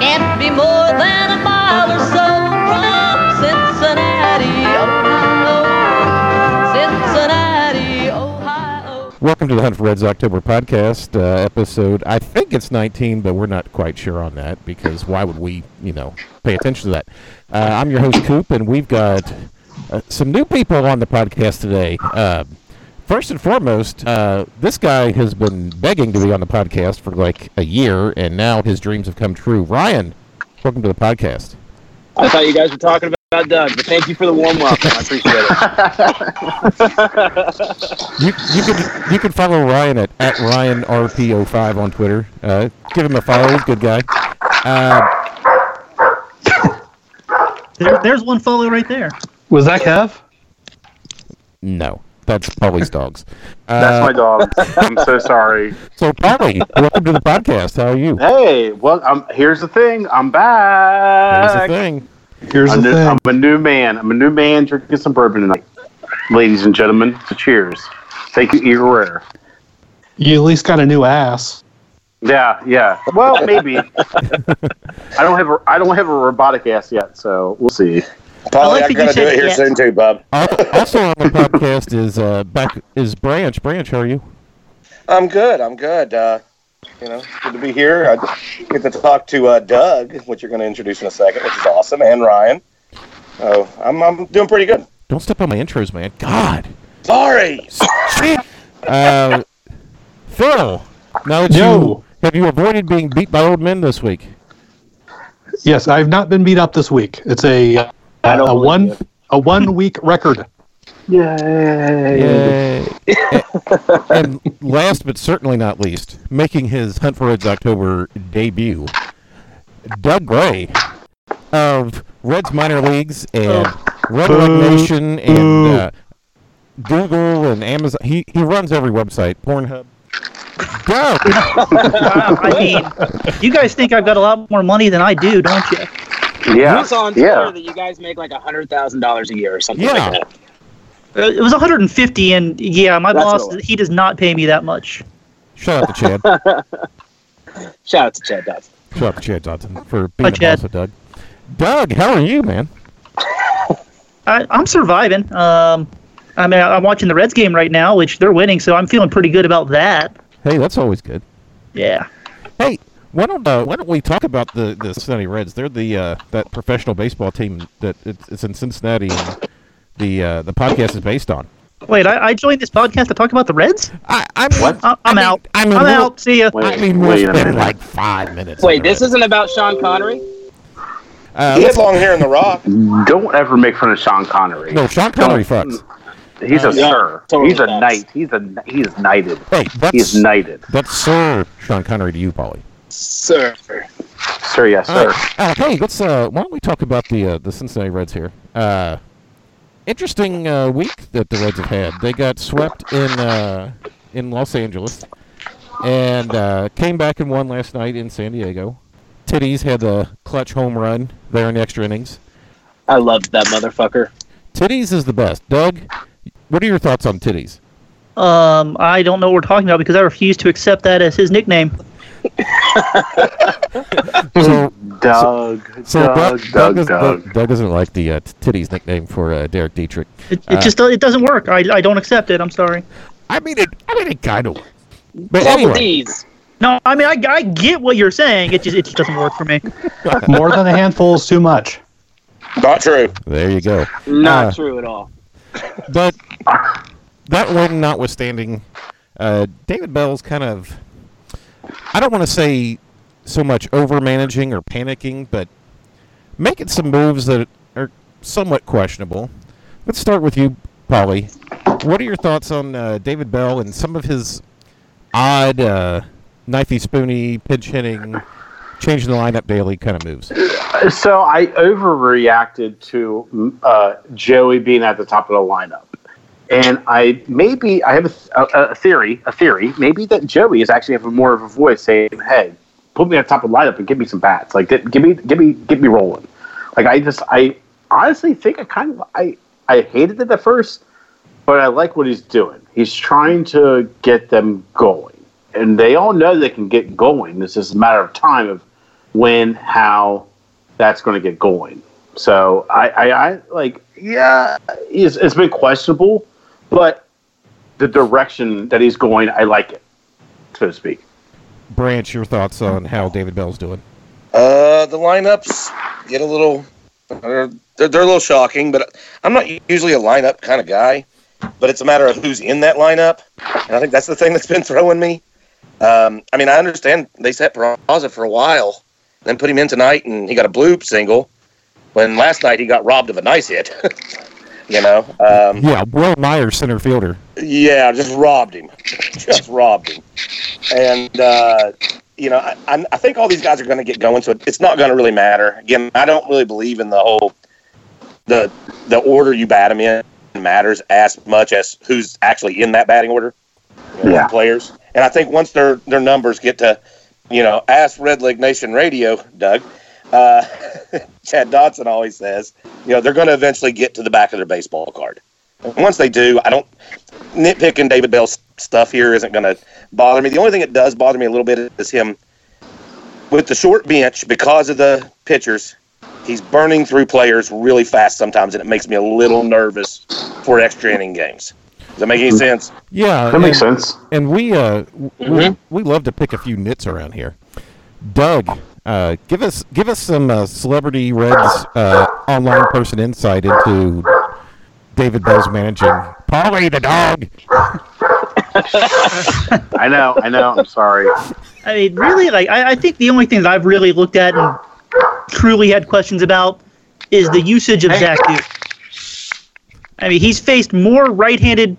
Can't be more than a mile or so from Cincinnati, Ohio. Cincinnati, Ohio. Welcome to the Hunt for Reds October podcast, uh, episode, I think it's 19, but we're not quite sure on that because why would we, you know, pay attention to that? Uh, I'm your host, Coop, and we've got uh, some new people on the podcast today. Uh, first and foremost, uh, this guy has been begging to be on the podcast for like a year, and now his dreams have come true. Ryan, welcome to the podcast. I thought you guys were talking about Doug, but thank you for the warm welcome. I appreciate it. You, you can you can follow Ryan at, at RyanRP05 on Twitter. Uh, give him a follow. He's a good guy. Uh, There, there's one follow right there. Was that Kev? No, that's Polly's dogs. That's Uh, my dog. I'm so sorry. so, Polly, welcome to the podcast. How are you? Hey, well, I'm, here's the thing. I'm Here's the back. thing. Here's I'm, the new, thing. I'm a new man. I'm a new man drinking some bourbon tonight. Ladies and gentlemen, so cheers. Thank you, Eagle Rare. you at least got a new ass. Yeah, yeah. Well, maybe. I don't have a I don't have a robotic ass yet, so we'll see. I Polly, like I'm that you gonna do said it here yes. soon too, Bub. Al- Also on the podcast is uh, back is Branch. Branch, how are you? I'm good. I'm good. Uh, you know, good to be here. I get to talk to uh, Doug, which you're going to introduce in a second, which is awesome, and Ryan. Oh, I'm I'm doing pretty good. Don't step on my intros, man. God. Sorry. Uh, Phil, now that you Yo. have you avoided being beat by old men this week? Yes, I've not been beat up this week. It's a a, I don't a believe one you. a one week record. Yay. Yay. and last but certainly not least, making his Hunt for Reds October debut, Doug Gray of Reds Minor Leagues and Red Rock Nation and uh, Google and Amazon. He, he runs every website, Pornhub. Doug, I mean, you guys think I've got a lot more money than I do, don't you? Yeah. I saw on Twitter yeah. that you guys make like hundred thousand dollars a year or something. Yeah. like that. Uh, It was 150, and yeah, my That's boss what it was. he does not pay me that much. shout out to Chad. Shout out to Chad Dodson. shout out to Chad Johnson for being the Chad. boss of Doug. Doug, how are you, man? I, I'm surviving. Um, I mean, I'm watching the Reds game right now, which they're winning, so I'm feeling pretty good about that. Hey, that's always good. Yeah. Hey, why don't uh, why don't we talk about the the Cincinnati Reds? They're the uh, that professional baseball team that it's, it's in Cincinnati. And the uh, the podcast is based on. Wait, I, I joined this podcast to talk about the Reds. I, I mean, What? I, I'm mean- out. I mean, I'm we'll- out. See ya. Wait, I mean, we'll wait a spend minute. like five minutes. Wait, on this it. isn't about Sean Connery. Uh, He let's- had long hair in the rock. Don't ever make fun of Sean Connery. no, Sean Connery fucks. He's a Yeah, sir. totally he's a facts. knight. He's a he's knighted. Hey, He's that's knighted. that's Sir Sean Connery to you, Polly. Sir. Sir, yes, All sir. right. Uh, hey, let's. Uh, why don't we talk about the uh, the Cincinnati Reds here? Uh, interesting uh, week that the Reds have had. They got swept in uh, in Los Angeles, and uh, came back and won last night in San Diego. Titties had the clutch home run there in the extra innings. I loved that motherfucker. Titties is the best. Doug, what are your thoughts on Titties? Um, I don't know what we're talking about because I refuse to accept that as his nickname. So, Doug. so Doug. Doug, Doug. doesn't, Doug. Doug doesn't like the uh, Titties nickname for uh, Derek Dietrich. It, it Uh, just it doesn't work. I, I don't accept it. I'm sorry. I mean it. I mean it kind of. But Double anyway. D's. No, I mean I, I get what you're saying. It just it just doesn't work for me. More than a handful is too much. Not true. There you go. Not Uh, true at all. But that win notwithstanding, uh, David Bell's kind of, I don't want to say so much over managing or panicking, but making some moves that are somewhat questionable. Let's start with you, Polly. What are your thoughts on uh, David Bell and some of his odd, uh, knifey, spoony, pinch hitting, changing the lineup daily kind of moves? So I overreacted to uh, Joey being at the top of the lineup. and I maybe I have a, th- a, a theory, a theory, maybe that Joey is actually having more of a voice saying, "Hey, put me on top of the lineup and give me some bats. Like, get, give me, give me, get me rolling." Like, I just, I honestly think I kind of, I, I hated it at first, but I like what he's doing. He's trying to get them going, and they all know they can get going. It's just a matter of time of when, how, that's going to get going. So I, I, I like, yeah, it's, it's been questionable, but the direction that he's going, I like it, so to speak. Branch, your thoughts on how David Bell's doing? Uh, the lineups get a little they're, they're, they're a little shocking, but I'm not usually a lineup kind of guy. But it's a matter of who's in that lineup, and I think that's the thing that's been throwing me. Um, I mean, I understand they set Peraza for a while, then put him in tonight, and he got a bloop single. When last night he got robbed of a nice hit, you know. Um, Yeah, Will Myers, center fielder. yeah, just robbed him. Just robbed him. And, uh, you know, I- I, I think all these guys are going to get going, so it- it's not going to really matter. Again, I don't really believe in the whole the the order you bat them in matters as much as who's actually in that batting order. you know, Yeah. Players. And I think once their their numbers get to, you know, ask Red Leg Nation Radio, Doug, uh, Chad Dodson always says, you know, they're going to eventually get to the back of their baseball card. And once they do, I don't nitpicking David Bell's stuff here isn't going to bother me. The only thing that does bother me a little bit is him with the short bench because of the pitchers. He's burning through players really fast sometimes, and it makes me a little nervous for extra inning games. Does that make any sense? Yeah, That makes and- sense. Mm-hmm. And we uh, w- we, we love to pick a few nits around here. Doug, uh, give us give us some uh, celebrity Reds uh, online person insight into David Bell's managing. Polly the dog. I know, I know. I'm sorry. I mean, really, like I, I think the only thing that I've really looked at and truly had questions about is the usage of Zach Duke. I mean, he's faced more right-handed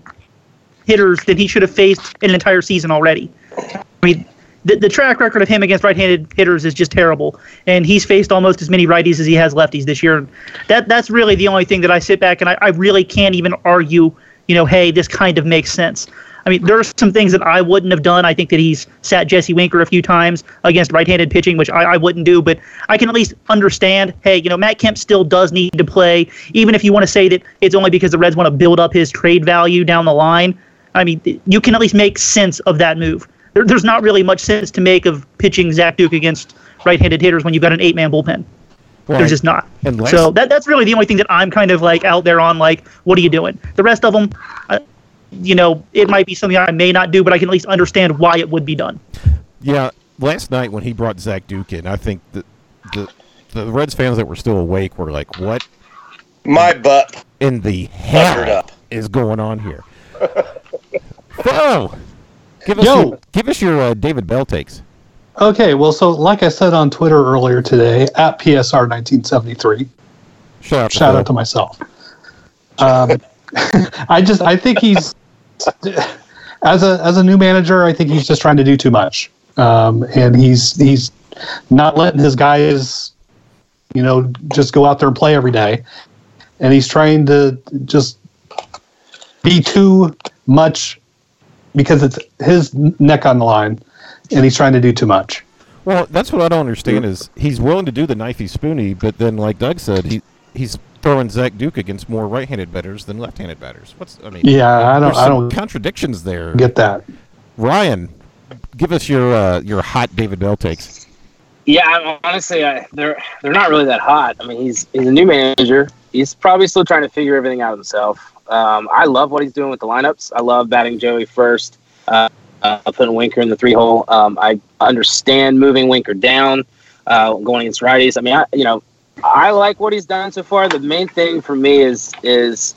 hitters than he should have faced in an entire season already. I mean, the, the track record of him against right-handed hitters is just terrible, and he's faced almost as many righties as he has lefties this year. That that's really the only thing that I sit back and I, I really can't even argue. You know, hey, this kind of makes sense. I mean, there are some things that I wouldn't have done. I think that he's sat Jesse Winker a few times against right-handed pitching, which I, I wouldn't do. But I can at least understand. Hey, you know, Matt Kemp still does need to play, even if you want to say that it's only because the Reds want to build up his trade value down the line. I mean, th- you can at least make sense of that move. There, there's not really much sense to make of pitching Zach Duke against right-handed hitters when you've got an eight-man bullpen. Well, There's just not. and last- so that that's really the only thing that I'm kind of like out there on. Like, what are you doing? The rest of them, I, you know, it might be something I may not do, but I can at least understand why it would be done. Yeah, last night when he brought Zach Duke in, I think the the the Reds fans that were still awake were like, "What My butt in the Buttered hell up. is going on here?" Bo, give us Yo. your, give us your uh, David Bell takes. Okay, well, so like I said on Twitter earlier today, at PSR1973, Shout out, shout Phil. out to myself. Um, I just, I think he's, as a as a new manager, I think he's just trying to do too much, um, and he's he's not letting his guys, you know, just go out there and play every day, and he's trying to just be too much because it's his neck on the line, and he's trying to do too much. Well, that's what I don't understand is he's willing to do the knifey spoony, but then like Doug said, he he's throwing Zach Duke against more right-handed batters than left-handed batters. What's I mean? Yeah, I don't, there's I some don't contradictions there. get that. Ryan, give us your uh, your hot David Bell takes. Yeah, I- honestly, I, they're they're not really that hot. I mean, he's he's a new manager. He's probably still trying to figure everything out himself. Um, I love what he's doing with the lineups. I love batting Joey first, uh, uh, putting Winker in the three hole. Um, I understand moving Winker down, uh, going against righties. I mean, I you know, I like what he's done so far. The main thing for me is is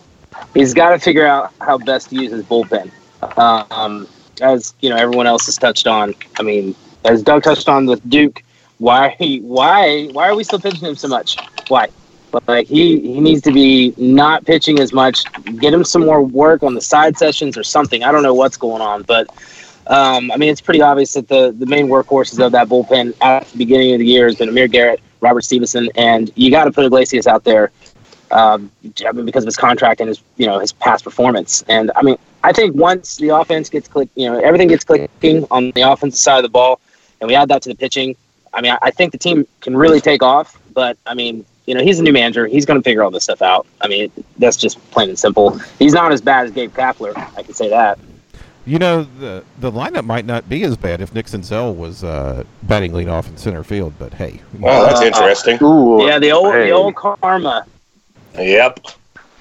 he's got to figure out how best to use his bullpen. Um, as you know, everyone else has touched on. I mean, as Doug touched on with Duke why why why are we still pitching him so much? Why? Like he he needs to be not pitching as much. Get him some more work on the side sessions or something. I don't know what's going on, but um, I mean it's pretty obvious that the the main workhorses of that bullpen at the beginning of the year has been Amir Garrett, Robert Stevenson, and you got to put Iglesias out there um, I mean, because of his contract and his you know his past performance. And I mean, I think once the offense gets click, you know, everything gets clicking on the offensive side of the ball, and we add that to the pitching. I mean, I, I think the team can really take off. But I mean, you know, he's a new manager. He's going to figure all this stuff out. I mean, that's just plain and simple. He's not as bad as Gabe Kapler. I can say that. You know, the the lineup might not be as bad if Nixon Zell was uh, batting lead off in center field, but hey. Oh, that's interesting. Ooh, Yeah, the old hey. the old karma. Yep. Yeah,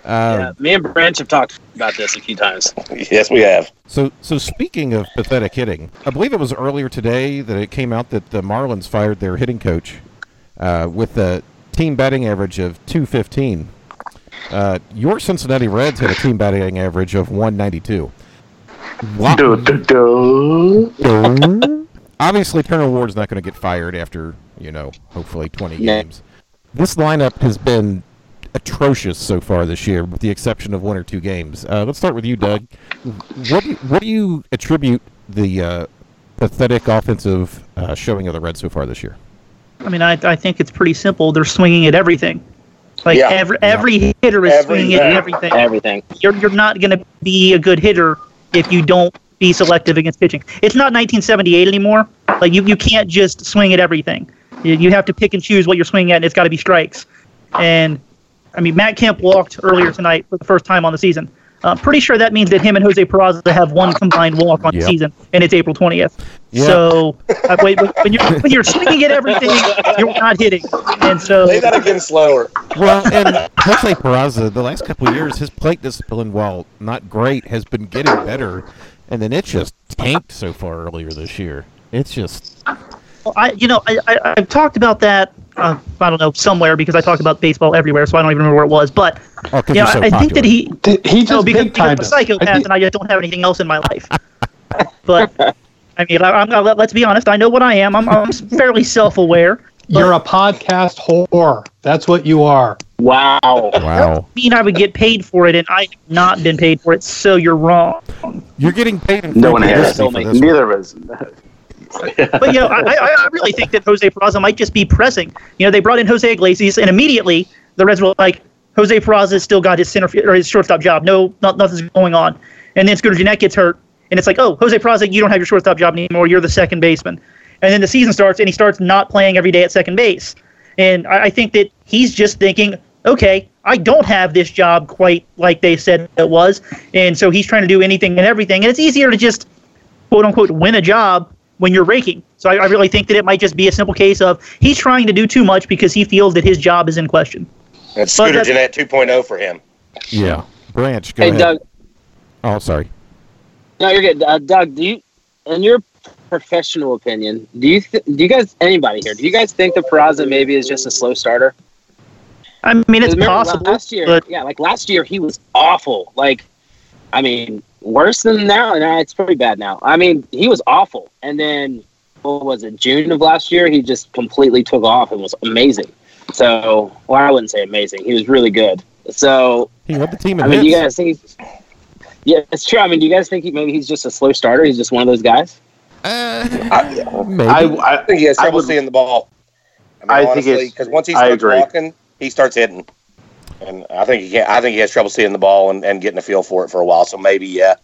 Uh, me and Branch have talked about this a few times. Yes, we have. So, so speaking of pathetic hitting, I believe it was earlier today that it came out that the Marlins fired their hitting coach uh, with a team batting average of 215. Uh, your Cincinnati Reds had a team batting average of 192. Wow. Duh, duh, duh. Obviously, Turner Ward's not going to get fired after you know, hopefully 20 Yeah. games. This lineup has been atrocious so far this year, with the exception of one or two games. Uh, let's start with you, Doug. What do you, what do you attribute the uh, pathetic offensive uh, showing of the Reds so far this year? I mean, I, I think it's pretty simple. They're swinging at everything. Like Yeah. every every hitter is Every- swinging at yeah. everything. Everything. You're you're not going to be a good hitter if you don't be selective against pitching. It's not 1978 anymore. Like you, you can't just swing at everything. You, you have to pick and choose what you're swinging at. and It's got to be strikes. And I mean, Matt Kemp walked earlier tonight for the first time on the season. Uh, pretty sure that means that him and Jose Peraza have one combined walk on the Yep. season, and it's April 20th. Yeah. So uh, wait, wait, when, you're, when you're swinging at everything, you're not hitting. And so Say that again slower. Well, and Jose Peraza, the last couple of years, his plate discipline, while not great, has been getting better, and then it just tanked so far earlier this year. It's just Well, I, you know, I, I, I've talked about that. Uh, I don't know somewhere because I talk about baseball everywhere, so I don't even remember where it was. But oh, 'cause you're yeah, so I, I think popular. that he Th- He no just because, big time. because I'm a psychopath and I just don't have anything else in my life. but I mean, I, I'm, let, let's be honest. I know what I am. I'm, I'm fairly self-aware. You're a podcast whore. That's what you are. Wow. Wow, I mean, I would get paid for it, and I've not been paid for it. So you're wrong. you're getting paid. In No one free has. publicity for this one. Neither of us. But you know, I, I, I really think that Jose Peraza might just be pressing. You know, they brought in Jose Iglesias, and immediately the Reds were like, Jose Peraza's still got his center field or his shortstop job. No, not, nothing's going on. And then Scooter Jeanette gets hurt, and it's like, oh, Jose Peraza, you don't have your shortstop job anymore. You're the second baseman. And then the season starts, and he starts not playing every day at second base. And I, I think that he's just thinking, okay, I don't have this job quite like they said it was, and so he's trying to do anything and everything. And it's easier to just quote unquote win a job when you're raking. So I, I really think that it might just be a simple case of he's trying to do too much because he feels that his job is in question. That's But Scooter that's- Jeanette 2.0 for him. Yeah, Branch, go Hey, ahead. Doug. Oh, sorry. No, you're good. Uh, Doug, do you, in your professional opinion, do you th- do you guys anybody here? Do you guys think that Peraza maybe is just a slow starter? I mean, it's Remember possible. Last year, but- yeah, like last year he was awful. Like, I mean, worse than now. Nah, it's pretty bad now. I mean, he was awful, and then what was it? June of last year, he just completely took off and was amazing. So, well, I wouldn't say amazing. He was really good. So, He led the team in I mean, do you hits. guys think? He's, yeah, it's true. I mean, do you guys think he, maybe he's just a slow starter? He's just one of those guys. Uh, maybe. I, I, I think he has I trouble would- seeing the ball. I, mean, I think honestly, it's- because once he I starts agree. walking, he starts hitting, and I think he can't. I think he has trouble seeing the ball and, and getting a feel for it for a while. So maybe yeah,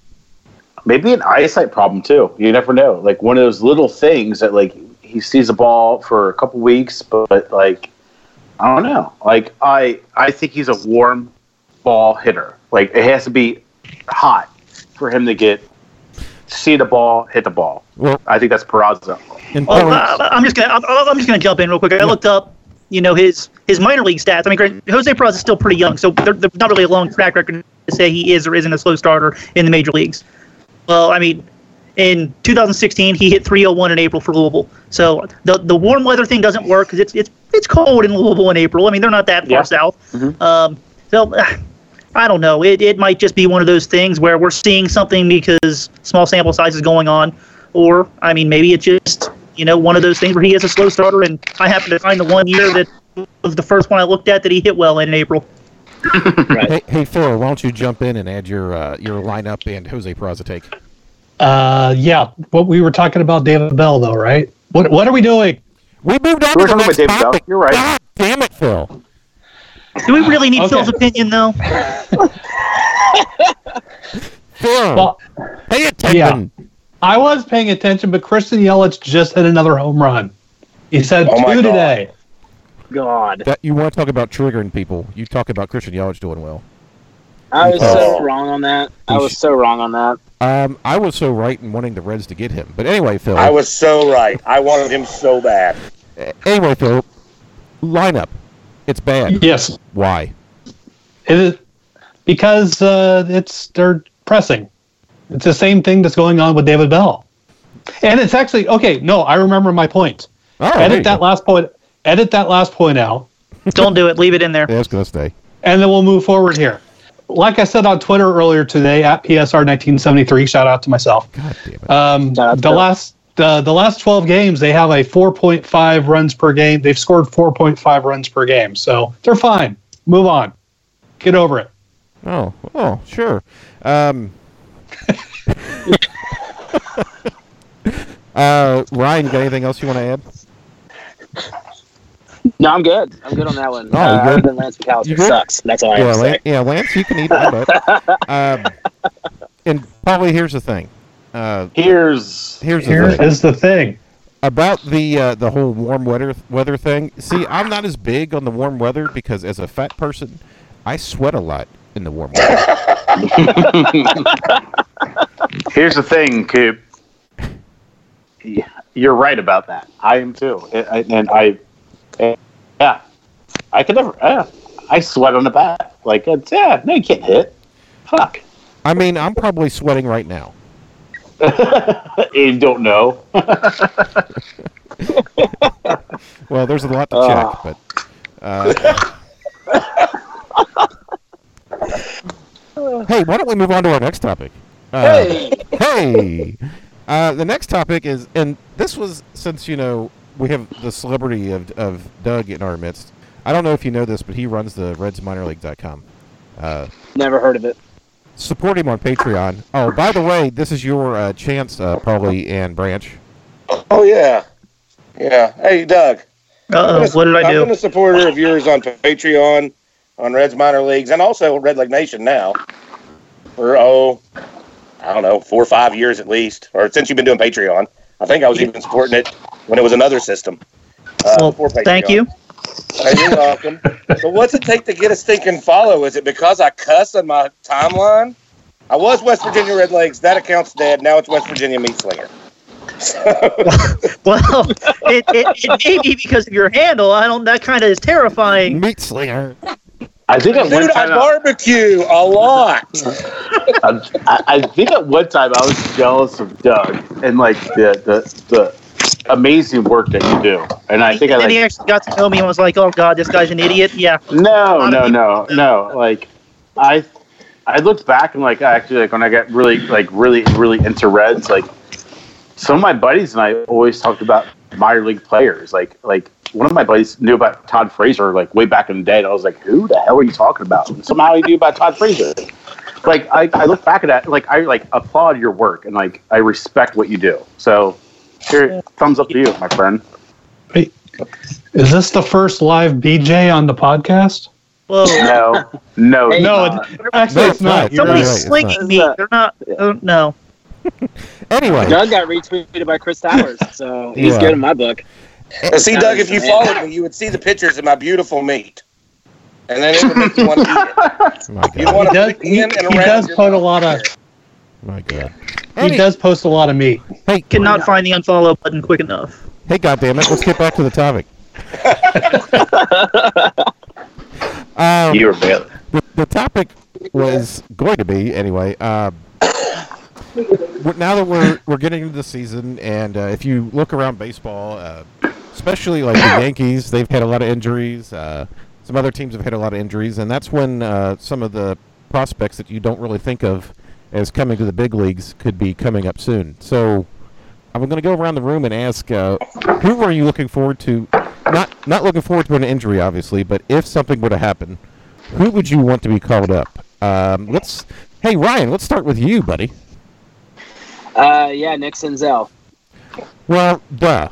maybe an eyesight problem too. You never know. Like one of those little things that like he sees a ball for a couple weeks, but like I don't know. Like I I think he's a warm ball hitter. Like it has to be hot for him to get see the ball, hit the ball. well, I think that's Peraza. in Oh, Torrance- I, I'm just gonna I'm, I'm just gonna jump in real quick. I looked up, you know, his his minor league stats. I mean, granted, Jose Peraza is still pretty young, so there- there's not really a long track record to say he is or isn't a slow starter in the major leagues. Well, I mean, in 2016 he hit 301 in April for Louisville. So the the warm weather thing doesn't work because it's it's it's cold in Louisville in April. I mean, they're not that far Yeah. south. Um, so. I don't know. It, it might just be one of those things where we're seeing something because small sample size is going on, or I mean, maybe it's just you know one of those things where he is a slow starter, and I happen to find the one year that was the first one I looked at that he hit well in, in April. hey, hey, Phil, why don't you jump in and add your uh, your lineup and Jose Peraza take? Uh, yeah, what we were talking about David Bell though, right? What what are we doing? We moved on We're to the talking about next David Bell. topic. You're right. God damn it, Phil. Do we really need Okay. Phil's opinion though? Phil, Well, pay attention. I was paying attention, but Christian Yelich just hit another home run. He said Oh two my God. today. God, That, you want to talk about triggering people? You talk about Christian Yelich doing well. I was so Oh. wrong on that. I was so wrong on that. Um, I was so right in wanting the Reds to get him, but anyway, Phil. I was so right. I wanted him so bad. anyway, Phil. Lineup, it's bad. Yes, it Why? is because uh, it's they're pressing. It's the same thing that's going on with David Bell, and it's actually okay. No, I remember my point. Oh, there you edit that go. last point. Edit that last point out. Don't do it. Leave it in there. Yeah, it's gonna stay. and then we'll move forward here. Like I said on Twitter earlier today, at PSR1973, shout out to myself. God damn it. Um, Shout out to the Bill. last the, the last 12 games, they have a 4.5 runs per game. They've scored 4.5 runs per game, so they're fine. Move on, get over it. Oh, oh, sure. Um, uh, Ryan, you got anything else you want to add? No, I'm good. I'm good on that one. Oh, uh, you're- other than Lance you're McAllister good? sucks. That's all I yeah, have to Lan- say. yeah, Lance, you can eat my butt. Um, and probably here's the thing. Uh, Here's here's the Here thing is the thing. about the uh, the whole warm weather weather thing. See, I'm not as big on the warm weather because as a fat person, I sweat a lot in the warm weather. here's the thing, Coop. Yeah, You're right about that. I am too, I- I- and I, eh, yeah, I could never. Yeah, I sweat on the bat. Like it's yeah, no, you can't hit. Fuck, I mean, I'm probably sweating right now. you don't know. Well, there's a lot to Ah. check, but. Uh, hey, why don't we move on to our next topic? Uh, Hey, hey. Uh, the next topic is, and this was since you know we have the celebrity of of Doug in our midst. I don't know if you know this, but he runs the RedsMinorLeague.com. Uh, never heard of it. support him on Patreon. Oh, by the way, this is your uh, chance, uh, probably and Branch. Oh yeah, yeah. Hey Doug, Uh oh. What did I I'm do? a supporter of yours on Patreon, on Reds Minor Leagues, and also Red Leg Nation now. For oh, I don't know, four or five years at least, or since you've been doing Patreon. I think I was even supporting it when it was another system. Uh, Well, before Patreon. thank you. Hey, you're welcome. but what's it take to get a stinking follow? Is it because I cuss on my timeline? I was West Virginia Red Legs. That account's dead. Now it's West Virginia Meat Slinger. Well, it, it, it may be because of your handle. I don't. That kind of is terrifying. Meat Slinger. I think at one Dude, I time I, barbecue a lot. I, I think at one time I was jealous of Doug and like the the, the amazing work that you do, and I think I and then he like actually got to know me and was like, "Oh God, this guy's an idiot." Yeah. no no no no like I I looked back and like I actually like when I got really like really really into Reds like some of my buddies and I always talked about minor league players like like one of my buddies knew about Todd Frazier like way back in the day and I was like who the hell are you talking about and somehow he knew about Todd Frazier like I, I look back at that like I like applaud your work and like I respect what you do so here thumbs up to you my friend Is this the first live BJ on the podcast? Whoa. no no it's No, not. it, actually, No, it's it's not. not. You're Somebody Somebody's right, right. it's slinging not. me. They're not. Oh, no. Anyway, Doug got retweeted by Chris Towers, so You he's are. good in my book. But see, Doug, if you followed me, you would see the pictures of my beautiful meat. And then it would make you want to eat it. my You God, want He to does, pick he, in and around he does your put a mouth. lot of my God. he Any- does post a lot of meat. hey, Cannot find the unfollow button quick enough. Hey, goddamn it! Let's get back to the topic. um, you were bad. the, the topic was going to be anyway. Um, w- now that we're we're getting into the season, and uh, if you look around baseball, uh, especially like the Yankees, they've had a lot of injuries. Uh, some other teams have had a lot of injuries, and that's when uh, some of the prospects that you don't really think of as coming to the big leagues could be coming up soon. So. I'm going to go around the room and ask, uh, who are you looking forward to? Not not looking forward to an injury, obviously, but if something were to happen, who would you want to be called up? Um, let's. Hey, Ryan, let's start with you, buddy. Uh, yeah, Nick Senzel. Well, duh.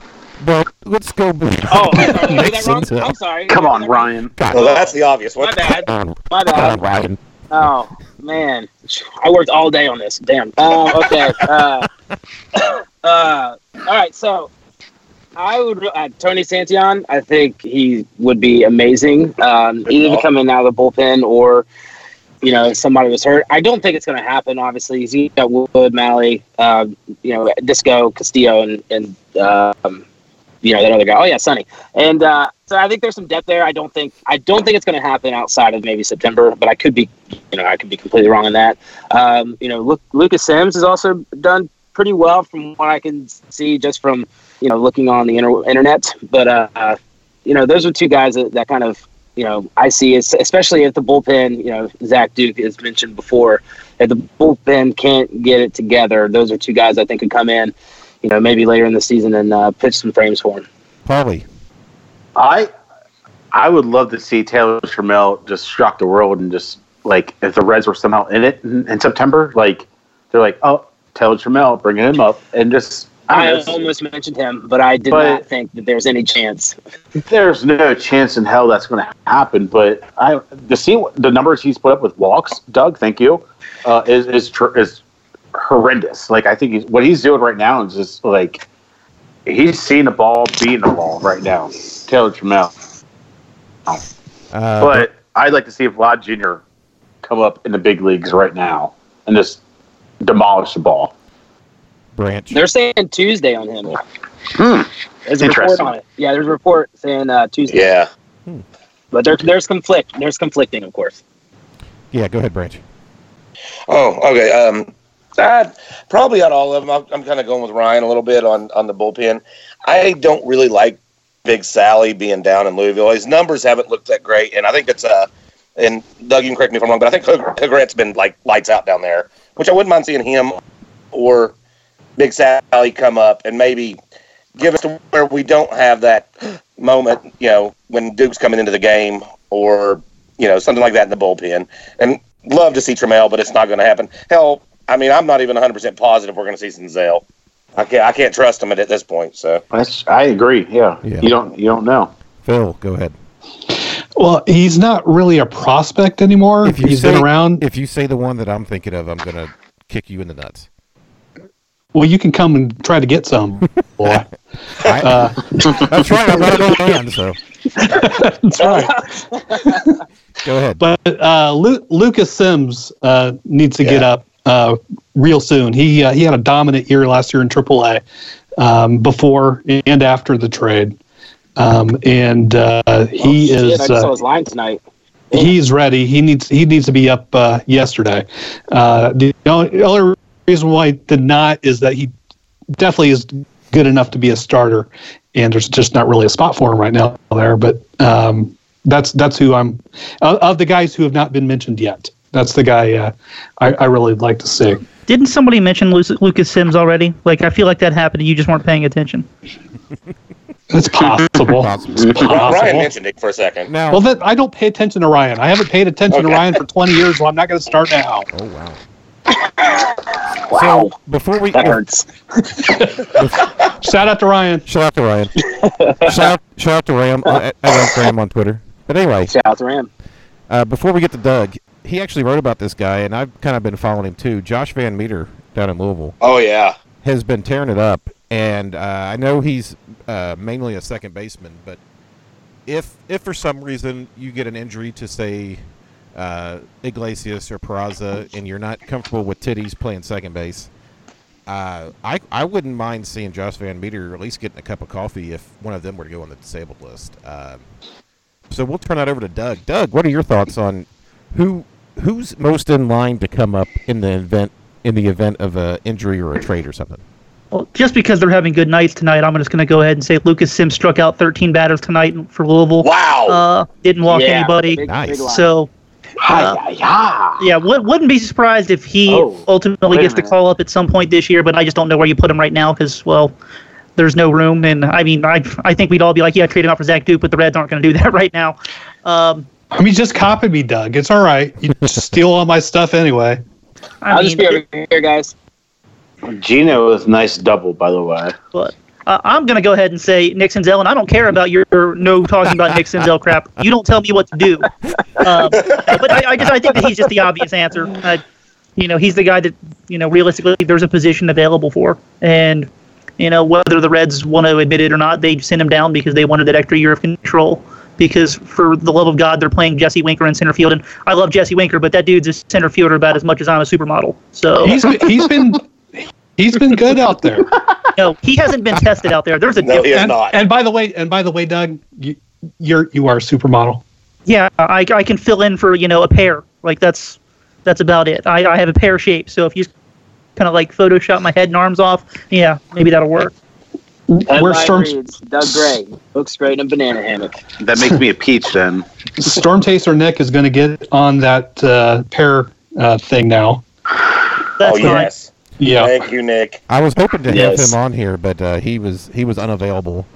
But let's go. Oh, I'm sorry. Did I do that wrong? Nixon's up. I'm sorry. Come Did I on, do that wrong? Ryan. God, Well, that's the obvious one. My bad. God, My bad. God, Ryan. Oh man, I worked all day on this. Damn. Um, okay. Uh, uh, all right. So I would uh, Tony Santion. I think he would be amazing. Um, either to come in out of the bullpen or you know somebody was hurt. I don't think it's going to happen. Obviously, he's got Wood, Malley, uh, you know, Disco, Castillo, and and um, you know that other guy. Oh yeah, Sonny. And uh, so I think there's some depth there. I don't think I don't think it's going to happen outside of maybe September, but I could be you know I could be completely wrong on that. Um, you know, Lu- Lucas Sims has also done pretty well from what I can see just from you know looking on the inter- internet. But uh, uh, you know, those are two guys that, that kind of you know I see, is, especially if the bullpen. You know, Zach Duke as mentioned before. If the bullpen can't get it together, those are two guys I think could come in. You know, maybe later in the season and uh, pitch some frames for him. Polly. I I would love to see Taylor Trammell just shock the world and just like if the Reds were somehow in it in, in September, like they're like, oh, Taylor Trammell, bringing him up, and just I I don't know, almost mentioned him, but I did But- not think that there's any chance. there's no chance in hell that's going to happen. But I to see what, the numbers he's put up with walks, Doug, thank you, uh, is is tr- is horrendous. Like I think he's, what he's doing right now is just like he's seeing the ball, beating the ball right now. Taylor Trammell. Uh, But I'd like to see Vlad Jr. come up in the big leagues right now and just demolish the ball. Branch. They're saying Tuesday on him. There's a report Interesting. on it. Yeah, there's a report saying uh, Tuesday. Yeah. But there, there's conflict. There's conflicting, of course. Yeah, go ahead, Branch. Oh, okay. Um, that probably on all of them. I'm, I'm kind of going with Ryan a little bit on on the bullpen. I don't really like Big Sally being down in Louisville. His numbers haven't looked that great, and I think it's uh, and Doug, you can correct me if I'm wrong, but I think Hug- Hugret's been like lights out down there, which I wouldn't mind seeing him or Big Sally come up and maybe give us to where we don't have that moment, you know, when Duke's coming into the game or you know something like that in the bullpen. And love to see Trammell, but it's not going to happen. Hell, I mean, I'm not even 100 percent positive we're going to see Senzel. I can't, I can't trust him at, at this point. So That's, I agree. Yeah. Yeah. you don't you don't know. Phil, go ahead. Well, he's not really a prospect anymore. If you He's say- been around. If you say the one that I'm thinking of, I'm gonna kick you in the nuts. well, you can come and try to get some, boy. I, Uh, that's right. I'm not a big fan, so that's right. go ahead. But uh, Lu- Lucas Sims uh, needs to get Yeah. up uh, real soon. He uh, he had a dominant year last year in AAA um, before and after the trade, um, and uh, he Oh, shit, is I just uh, saw his line tonight. he's ready. He needs he needs to be up uh, yesterday. Uh, the only, the only reason why he did not is that he definitely is good enough to be a starter, and there's just not really a spot for him right now there. But um, that's that's who I'm of, of the guys who have not been mentioned yet. That's the guy uh, I, I really like to see. Didn't somebody mention Lu- Lucas Sims already? Like, I feel like that happened and you just weren't paying attention. It's Possible. possible. Ryan possible. mentioned it for a second. Now, Well, that I don't pay attention to Ryan. I haven't paid attention to Okay. Ryan for 20 years, so I'm not going to start now. oh wow. Wow. So before we That hurts. Shout out to Ryan. shout out to Ryan, shout out, shout out to uh, Ram. I, I love Ram on Twitter. But anyway, Shout out to Ram. uh, before we get to Doug, he actually wrote about this guy, and I've kind of been following him too. Josh Van Meter down in Louisville Oh yeah, has been tearing it up, and uh, I know he's uh, mainly a second baseman. But if if for some reason you get an injury to say uh, Iglesias or Peraza, and you're not comfortable with titties playing second base, uh, I I wouldn't mind seeing Josh Van Meter at least getting a cup of coffee if one of them were to go on the disabled list. Um, so we'll turn that over to Doug. Doug, what are your thoughts on who who's most in line to come up in the event in the event of a injury or a trade or something? Well, just because they're having good nights tonight, I'm just going to go ahead and say Lucas Sims struck out 13 batters tonight for Louisville. wow. Uh, didn't walk Yeah, anybody. big- Nice. big line. So, uh, Hi, hi, hi. yeah, would, wouldn't be surprised if he Oh, ultimately wait a gets to minute. call up at some point this year, but I just don't know where you put him right now because, well, there's no room. And, I mean, I, I think we'd all be like, yeah, trade him out for Zach Duke, but the Reds aren't going to do that right now. Um, I mean, just copy me, Doug. It's all right. You just steal all my stuff anyway. I I'll mean, just be over here, guys. Gino is nice double, by the way. but Uh, I'm going to go ahead and say Nick Senzel, and I don't care about your no talking about Nick Senzel crap. You don't tell me what to do. Um, but I, I just I think that he's just the obvious answer. Uh, you know, he's the guy that you know realistically there's a position available for, and you know whether the Reds want to admit it or not, they sent him down because they wanted that extra year of control. Because for the love of God, they're playing Jesse Winker in center field, and I love Jesse Winker, but that dude's a center fielder about as much as I'm a supermodel. So He's he's been he's been good out there. no, he hasn't been tested out there. There's a No, difference. he is and, not. and by the way, and by the way, Doug, you, you're you are a supermodel. Yeah, I, I can fill in for you know a pear. Like that's that's about it. I, I have a pear shape, so if you kind of like Photoshop my head and arms off, yeah, maybe that'll work. We're Headline storm reads, Doug Gray looks great in a banana hammock. That makes me a peach then. storm taster Nick is going to get on that uh, pair uh, thing now. That's oh fine. yes. Yeah, Thank you, Nick. I was hoping to Yes. have him on here, but uh, he was he was unavailable.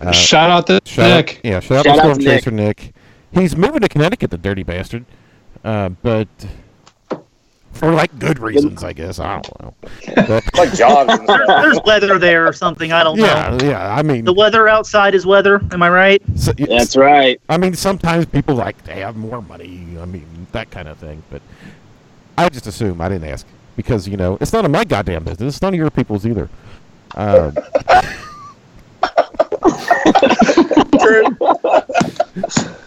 Uh, shout out to shout out- Nick. yeah, shout, Shout out out to Storm to Nick. Chaser Nick. He's moving to Connecticut, the dirty bastard. Uh, but for like good reasons, I guess. I don't know. But, Like John's and stuff. There's weather there or something. I don't know. yeah, yeah. I mean, The weather outside is weather. Am I right? so- That's right. I mean, sometimes people like to have more money. I mean, that kind of thing. But I just assume I didn't ask because you know it's none of my goddamn business. It's none of your people's either. Um, True.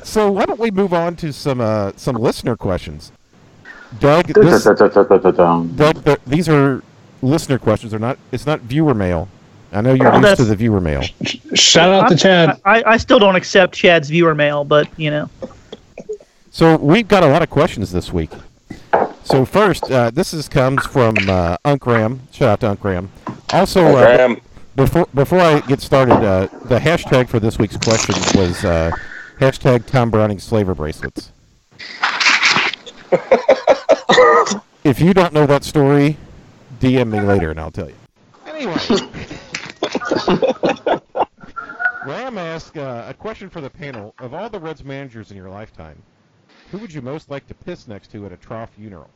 so why don't we move on to some uh, some listener questions? Doug, this, Dun-dun-dun-dun-dun-dun. Doug, th- these are listener questions. They're not. It's not viewer mail. I know you're Well, used to that's- the viewer mail. Shout out to Chad. I, I still don't accept Chad's viewer mail, but you know. So we've got a lot of questions this week. So first, uh, this is comes from uh, Unc Graham. Shout out to Unc Graham. Also, uh, Graham. Before before I get started, uh, the hashtag for this week's question was uh, hashtag Tom Browning slaver bracelets. if you don't know that story, DM me later and I'll tell you. Anyway, Graham asked uh, a question for the panel: Of all the Reds managers in your lifetime, who would you most like to piss next to at a trough funeral?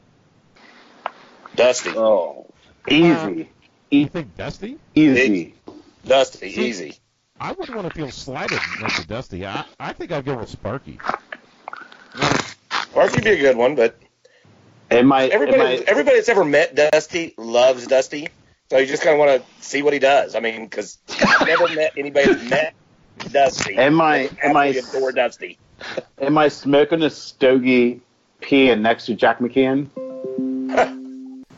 Dusty. Oh, easy, You think Dusty? easy. Dusty. Easy. I wouldn't want to feel slighted next to Dusty. I, I think I'd go with Sparky. Mark would be a good one, but It might. it everybody might- everybody that's ever met Dusty loves Dusty. So you just kind of want to see what he does. I mean, because I've never met anybody that's met Dusty. Am I- am I- Absolutely adore Dusty? Am I smoking a stogie, peeing next to Jack McCann?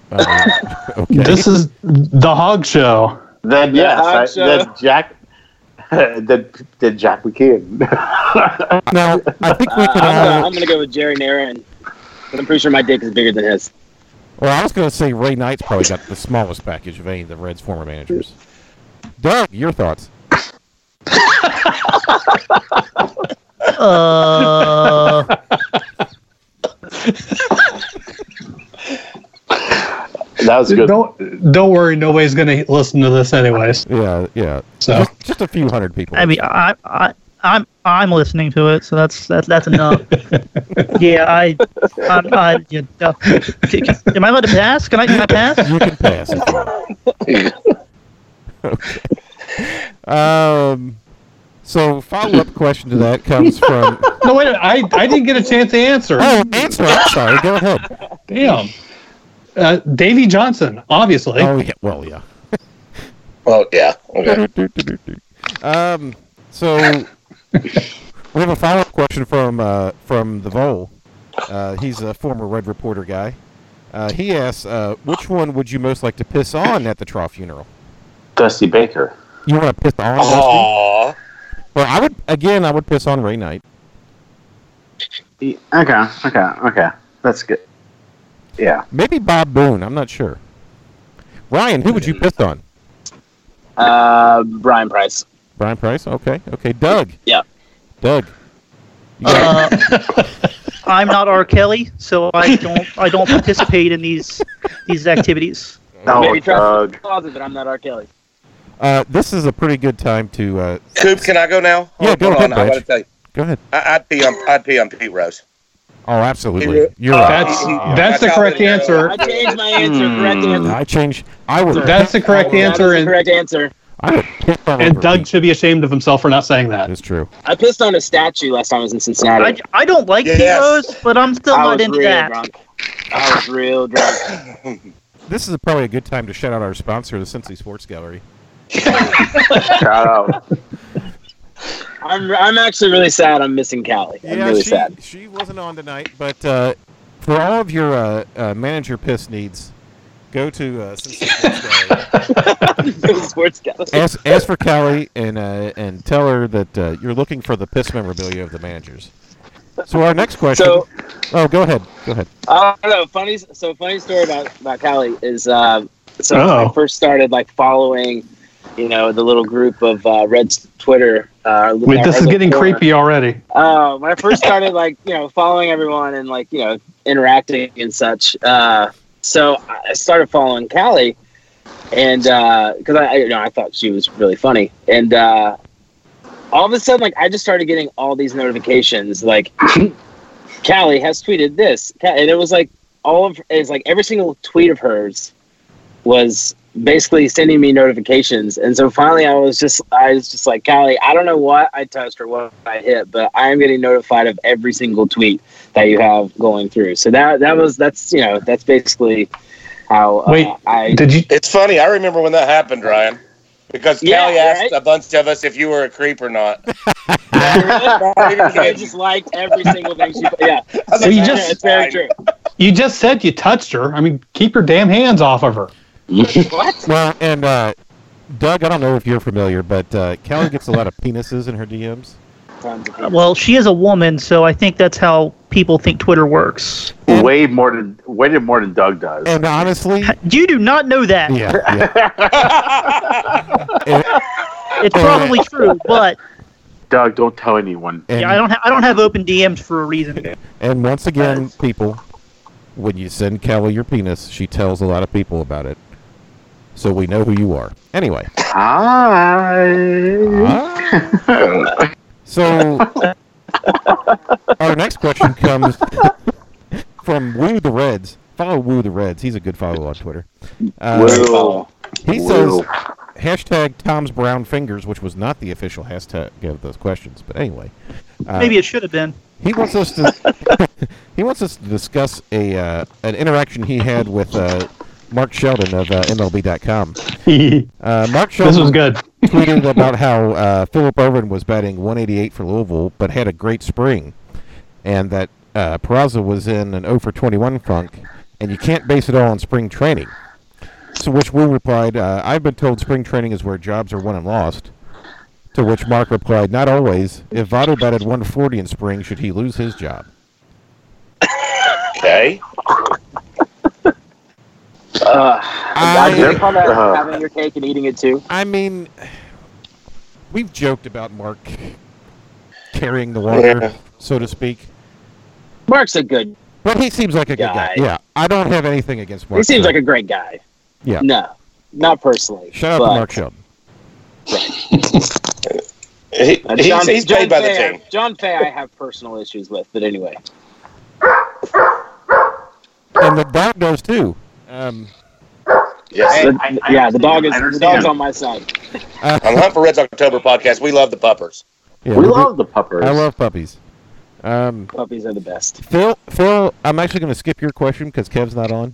Uh, okay. This is the Hog Show. Then yes, hog I, show. then Jack, then, then Jack McKeon. now, I think we Uh, can I'm, gonna, all. I'm gonna go with Jerry Naran. But I'm pretty sure my dick is bigger than his. Well, I was going to say Ray Knight's probably got the smallest package of any of the Reds' former managers. Doug, your thoughts? Uh, that was good. Don't don't worry, nobody's going to listen to this anyways. Yeah, yeah. So Just, just a few hundred people. I mean, I, I, I'm, I'm listening to it, so that's that's that's enough. yeah, I, I, I you know, can- can- am I allowed to pass? Can I, can I pass? you can pass. if you want. okay. Um. So, follow-up question to that comes from. no, wait, a minute, I I didn't get a chance to answer. Oh, answer. I'm sorry. Go ahead. Damn, uh, Davy Johnson, obviously. Oh, yeah. Well, yeah. Oh yeah. Okay. Um, so we have a follow-up question from uh, from the Vole. Uh, he's a former Red Reporter guy. Uh, he asks, uh, "Which one would you most like to piss on at the trough funeral? Dusty Baker. You want to piss on? Oh. Dusty? Aw. Well, I would again. I would piss on Ray Knight. Okay, okay, okay. That's good. Yeah. Maybe Bob Boone. I'm not sure. Ryan, who would you piss on? Uh, Brian Price. Brian Price. Okay, okay. Doug. Yeah. Doug. You got- Uh, I'm not R. Kelly, so I don't I don't participate in these these activities. Oh, Maybe try- Doug. Closet, but I'm not R. Kelly. uh, this is a pretty good time to uh, Coop, can I go now? Yeah, Hold- go hold ahead, on. I Branch. gotta tell you, go ahead. I, I'd pee on I'd pee on Pete Rose. Oh, absolutely. You're right. That's that's the That's correct how it answer. I changed my answer. Correct Hmm. answer. I changed. I would. That's the correct That is answer. the And correct answer. I would pick on And Overeem. Doug should be ashamed of himself for not saying that. That's true. I pissed on a statue last time I was in Cincinnati. I, I don't like Yes. heroes, but I'm still I not was into real that. drunk. I was real drunk. This is probably a good time to shout out our sponsor, the Cincy Sports Gallery. Shout out. I'm, I'm actually really sad. I'm missing Cali. I'm really she, sad. she wasn't on tonight, but uh, for all of your uh, uh, manager piss needs, go to uh, Cincy Sports Gallery. Sports Cali. ask, ask for Callie and uh, and tell her that uh, you're looking for the piss memorabilia of the managers. So our next question. So- oh, go ahead. Go ahead. I don't know. Funny. So funny story about about Cali is uh, so Oh. when I first started like following, you know, the little group of uh, Reds Twitter. Uh, Wait, this Reds is getting Corner. creepy already. Uh, when I first started, like you know, following everyone and like you know, interacting and such. Uh, so I started following Callie, and because I, I, you know, I thought she was really funny, and uh, all of a sudden, like I just started getting all these notifications, like Callie has tweeted this, Ca- and it was like all of it's like every single tweet of hers was basically sending me notifications and so finally i was just i was just like callie i don't know what i touched or what i hit but i am getting notified of every single tweet that you have going through so that that was that's you know that's basically how uh, Wait, i Did you? It's funny. I remember when that happened, Ryan, because Yeah, Callie asked right? a bunch of us if you were a creep or not. Not even I kidding. just liked every single thing she yeah I was Well, like, you "Yeah, just- it's very true You just said you touched her. I mean, keep your damn hands off of her. what Well, and uh, Doug, I don't know if you're familiar, but uh, Callie gets a lot of penises in her DMs. Tons of people. Well, she is a woman, so I think that's how people think Twitter works. Way more than way more than Doug does. And honestly, You do not know that. yeah, yeah. And- It's probably true, but Doug, don't tell anyone. and- yeah, I don't ha- I don't have open DMs for a reason. And once again, people, when you send Kelly your penis, she tells a lot of people about it. So we know who you are. Anyway. Hi. Ah. so our next question comes from Woo the Reds. Follow Woo the Reds. He's a good follow on Twitter. Uh, Woo. he Woo. says hashtag Tom's Brown Fingers, which was not the official hashtag of those questions. But anyway. Uh, Maybe it should have been. he wants us to he wants us to discuss a uh, an interaction he had with uh, Mark Sheldon of uh, MLB.com. this Uh, Mark Sheldon was good. tweeted about how uh, Philip Irvin was batting 188 for Louisville, but had a great spring, and that uh, Peraza was in an 0 for 21 funk, and you can't base it all on spring training. To which Will replied, uh, "I've been told spring training is where jobs are won and lost." To which Mark replied, "Not always. If Votto batted 140 in spring, should he lose his job?" okay. Uh, I, I, Uh-huh. having your cake and eating it too I mean, we've joked about Mark carrying the water, Yeah. so to speak. mark's a good But he seems like a good guy. Guy. Yeah, I don't have anything against Mark. he seems like Sheldon. a great guy Yeah. no not personally shout out but- to Mark Sheldon. He, Uh, he's, he's paid by the Fay, I- team. John Fay, I have personal issues with, but anyway. And the dog does too. Um, Yes. The- yeah, the dog is I the understand. dog's on my side. On Hunt for Reds October podcast, we love the puppers. yeah, we do- love the puppers. I love puppies. Um, Puppies are the best. Phil, Phil, I'm actually going to skip your question because Kev's not on.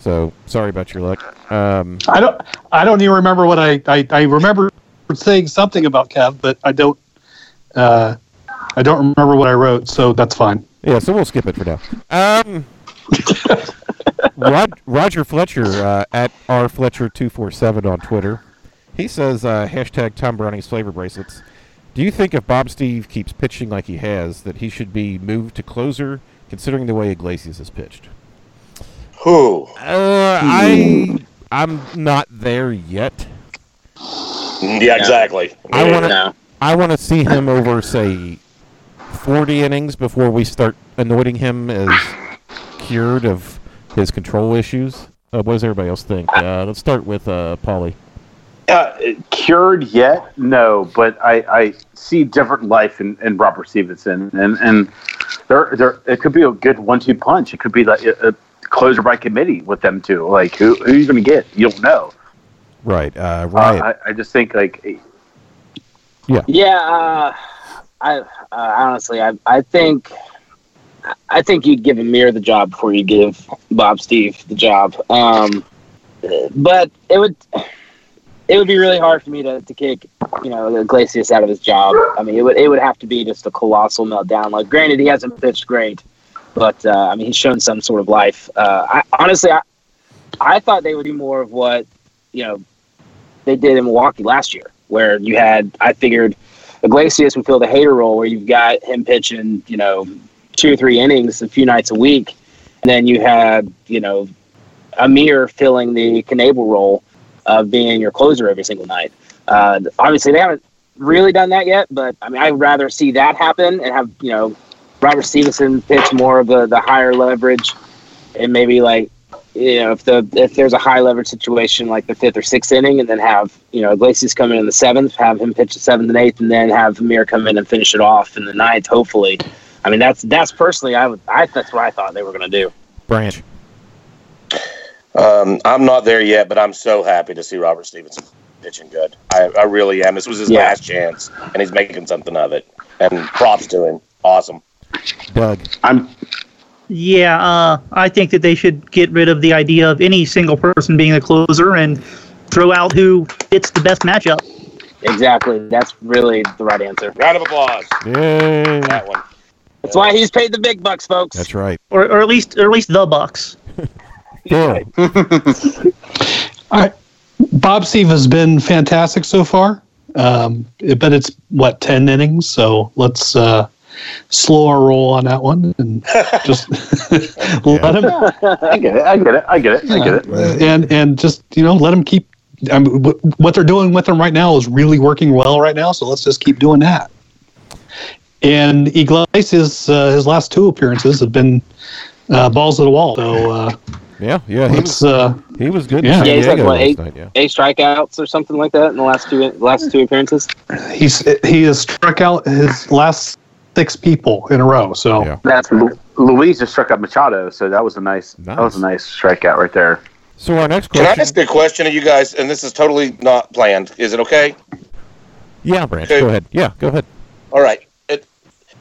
So sorry about your luck. Um, I don't. I don't even remember what I. I, I remember saying something about Kev, but I don't. Uh, I don't remember what I wrote, so that's fine. yeah, so we'll skip it for now. Um, Rod, Roger Fletcher uh, at r Fletcher two four seven on Twitter. He says uh, hashtag Tom Browning's flavor bracelets. Do you think if Bob Steve keeps pitching like he has, that he should be moved to closer, considering the way Iglesias has pitched? Who? Uh, I I'm not there yet. Yeah, exactly. I want to No. I want to see him over say 40 innings before we start anointing him as cured of his control issues. Uh, what does everybody else think? Uh, let's start with uh, Paulie. Uh, cured yet? No, but I, I see different life in, in Robert Stevenson, and and there there it could be a good one-two punch. It could be like a, a closer by committee with them two. Like who who are you going to get? You don't know. Right. Uh, Riot. Uh, I, I just think like Yeah, uh, I uh, honestly, I, I think, I think you'd give Amir the job before you give Bob Steve the job. Um, but it would, it would be really hard for me to, to kick, you know, Iglesias out of his job. I mean, it would it would have to be just a colossal meltdown. Like, granted, he hasn't pitched great, but uh, I mean, he's shown some sort of life. Uh, I, honestly, I, I thought they would do more of what, you know, they did in Milwaukee last year, where you had I figured Iglesias would fill the hater role, where you've got him pitching, you know, two or three innings a few nights a week, and then you had you know Amir filling the Knable role of being your closer every single night. Uh, obviously, they haven't really done that yet, but I mean, I'd rather see that happen and have you know Robert Stevenson pitch more of the the higher leverage and maybe like you know, if the if there's a high leverage situation like the fifth or sixth inning, and then have you know Iglesias come in in the seventh, have him pitch the seventh and eighth, and then have Amir come in and finish it off in the ninth. Hopefully, I mean that's that's personally I would I that's what I thought they were going to do. Branch. Um, I'm not there yet, but I'm so happy to see Robert Stevenson pitching good. I, I really am. This was his Yeah. last chance, and he's making something of it. And props to him. Awesome. Doug. I'm Yeah, uh, I think that they should get rid of the idea of any single person being the closer and throw out who fits the best matchup. Exactly, that's really the right answer. Round of applause. Yay. That one. That's why he's paid the big bucks, folks. That's right. Or, or at least or at least the Bucks. Bill. I, Bob Steve has been fantastic so far, um, it- but it's what ten innings, so let's uh, slow our roll on that one and just let him I get it. I get it. I get it. I get it. Uh, and and just you know let them keep I mean, wh- what they're doing with them right now is really working well right now so let's just keep doing that and Iglesias uh, his last two appearances have been uh, balls to the wall so uh, Yeah. Yeah. He was, let's uh, he was good. in Yeah. San Yeah, he's like, Diego what, last eight? night, yeah. Eight strikeouts or something like that in the last two last two appearances. he's he has struck out his last six people in a row so Yeah. That's Lu- Luis just struck out Machado, so that was a nice, that was a nice strikeout right there. So our next Can I question. ask a question of you guys? And this is totally not planned. Is it okay? yeah, Branch. Okay. Go ahead. Yeah. Go ahead. All right. It,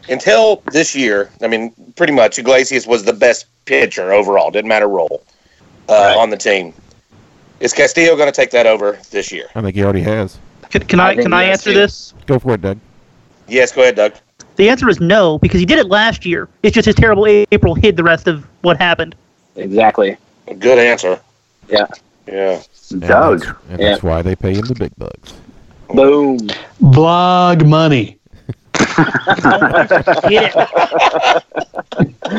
until this year, I mean, pretty much Iglesias was the best pitcher overall. Didn't matter role uh, on the team. Is Castillo going to take that over this year? I think he already has. Can, can I, I think can I yes, answer too. this? Go for it, Doug. Yes, go ahead, Doug. The answer is no because he did it last year. It's just his terrible April hid the rest of what happened. Exactly. Good answer. Yeah. Yeah. And Doug. That's, and Yeah. that's why they pay him the big bucks. Boom. blog money Get it.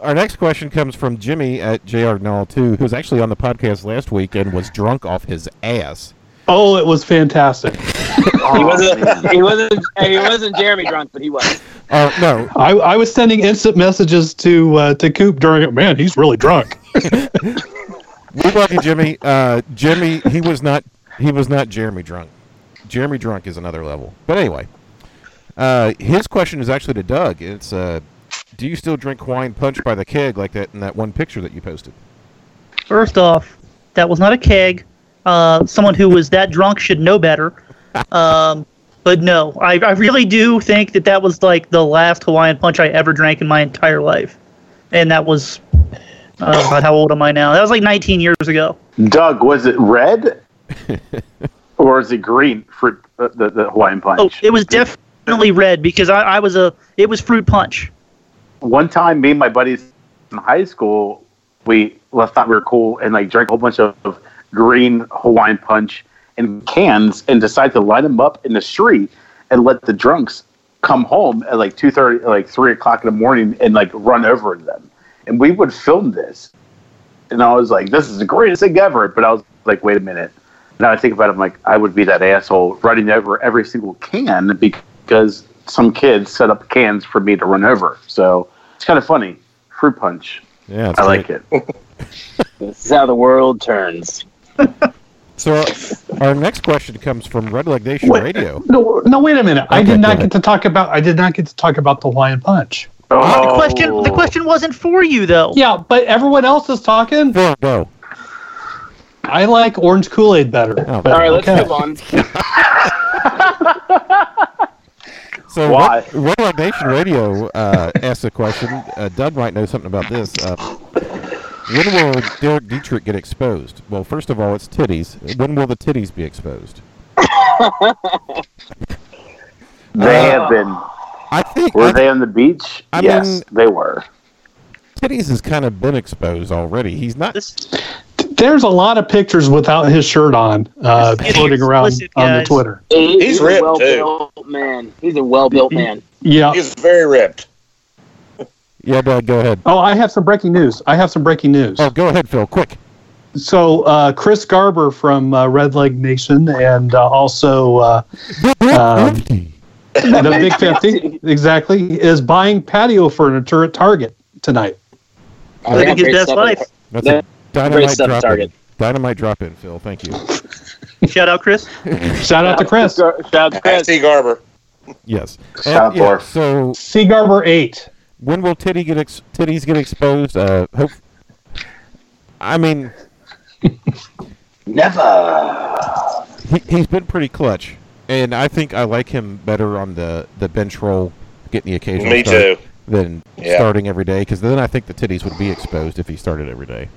Our next question comes from Jimmy at JR Null 2, who was actually on the podcast last week and was drunk off his ass. oh it was fantastic he wasn't. He wasn't. He wasn't Jeremy drunk, but he was. Uh, no, I, I was sending instant messages to uh, to Coop during it man he's really drunk we welcome Jimmy. Uh, Jimmy, he was not he was not Jeremy drunk. Jeremy drunk is another level. But anyway, uh, his question is actually to Doug. It's uh, do you still drink Hawaiian punch by the keg like that in that one picture that you posted? First off, that was not a keg. Uh, someone who was that drunk should know better. Um, but no, I, I really do think that that was like the last Hawaiian punch I ever drank in my entire life. And that was, uh, God, how old am I now? That was like 19 years ago. Doug, was it red or is it green for the, the, the Hawaiian punch? Oh, it was definitely red because I, I was a, it was fruit punch. one time me and my buddies in high school we left out we were cool and like drank a whole bunch of green hawaiian punch in cans and decided to line them up in the street and let the drunks come home at like 2.30 like 3 o'clock in the morning and like run over them and we would film this and i was like this is the greatest thing ever but i was like wait a minute now i think about it i'm like i would be that asshole running over every single can because some kids set up cans for me to run over so it's kind of funny. Fruit punch. Yeah, that's I great. like it. This is how the world turns. So uh, our, our next question comes from Red Leg Nation What? Radio. No, no, wait a minute. I Okay, did not go ahead. get to talk about. I did not get to talk about the Hawaiian punch. Oh. The question, the question wasn't for you though. Yeah, but everyone else is talking. Phil, go. I like orange Kool Aid better. Oh, All right, let's okay. move on. So, Why? Ro- Roller Nation Radio uh, asked a question. Uh, Doug might know something about this. Uh, when will Derek Dietrich get exposed? Well, first of all, it's titties. When will the titties be exposed? They have been. I think Were I- they on the beach? I yes, mean- they were. titties has kind of been exposed already. He's not. This There's a lot of pictures without his shirt on uh, It's floating around explicit, on the guys. Twitter. He's, He's a ripped, well-built man. He's a well-built man. Yeah. He's very ripped. Yeah, Doug, go ahead. Oh, I have some breaking news. I have some breaking news. Oh, go ahead, Phil. Quick. So uh, Chris Garber from uh, Red Leg Nation and uh, also uh, Um, the Big Fifty exactly is buying patio furniture at Target tonight. I living think his very best stubborn. life. That's Very a dynamite sub drop target. in. Dynamite drop in, Phil. Thank you. Shout out, Chris. Shout out to Chris. Shout out Chris. T. Garber. Yes. Shout And, yeah, forth. so C Garber eight. when will titty get ex- titties get exposed? Uh, hope. I mean, Never. he, he's been pretty clutch, and I think I like him better on the the bench roll, getting the occasional Me start too. than Yeah. starting every day. Because then I think the titties would be exposed if he started every day.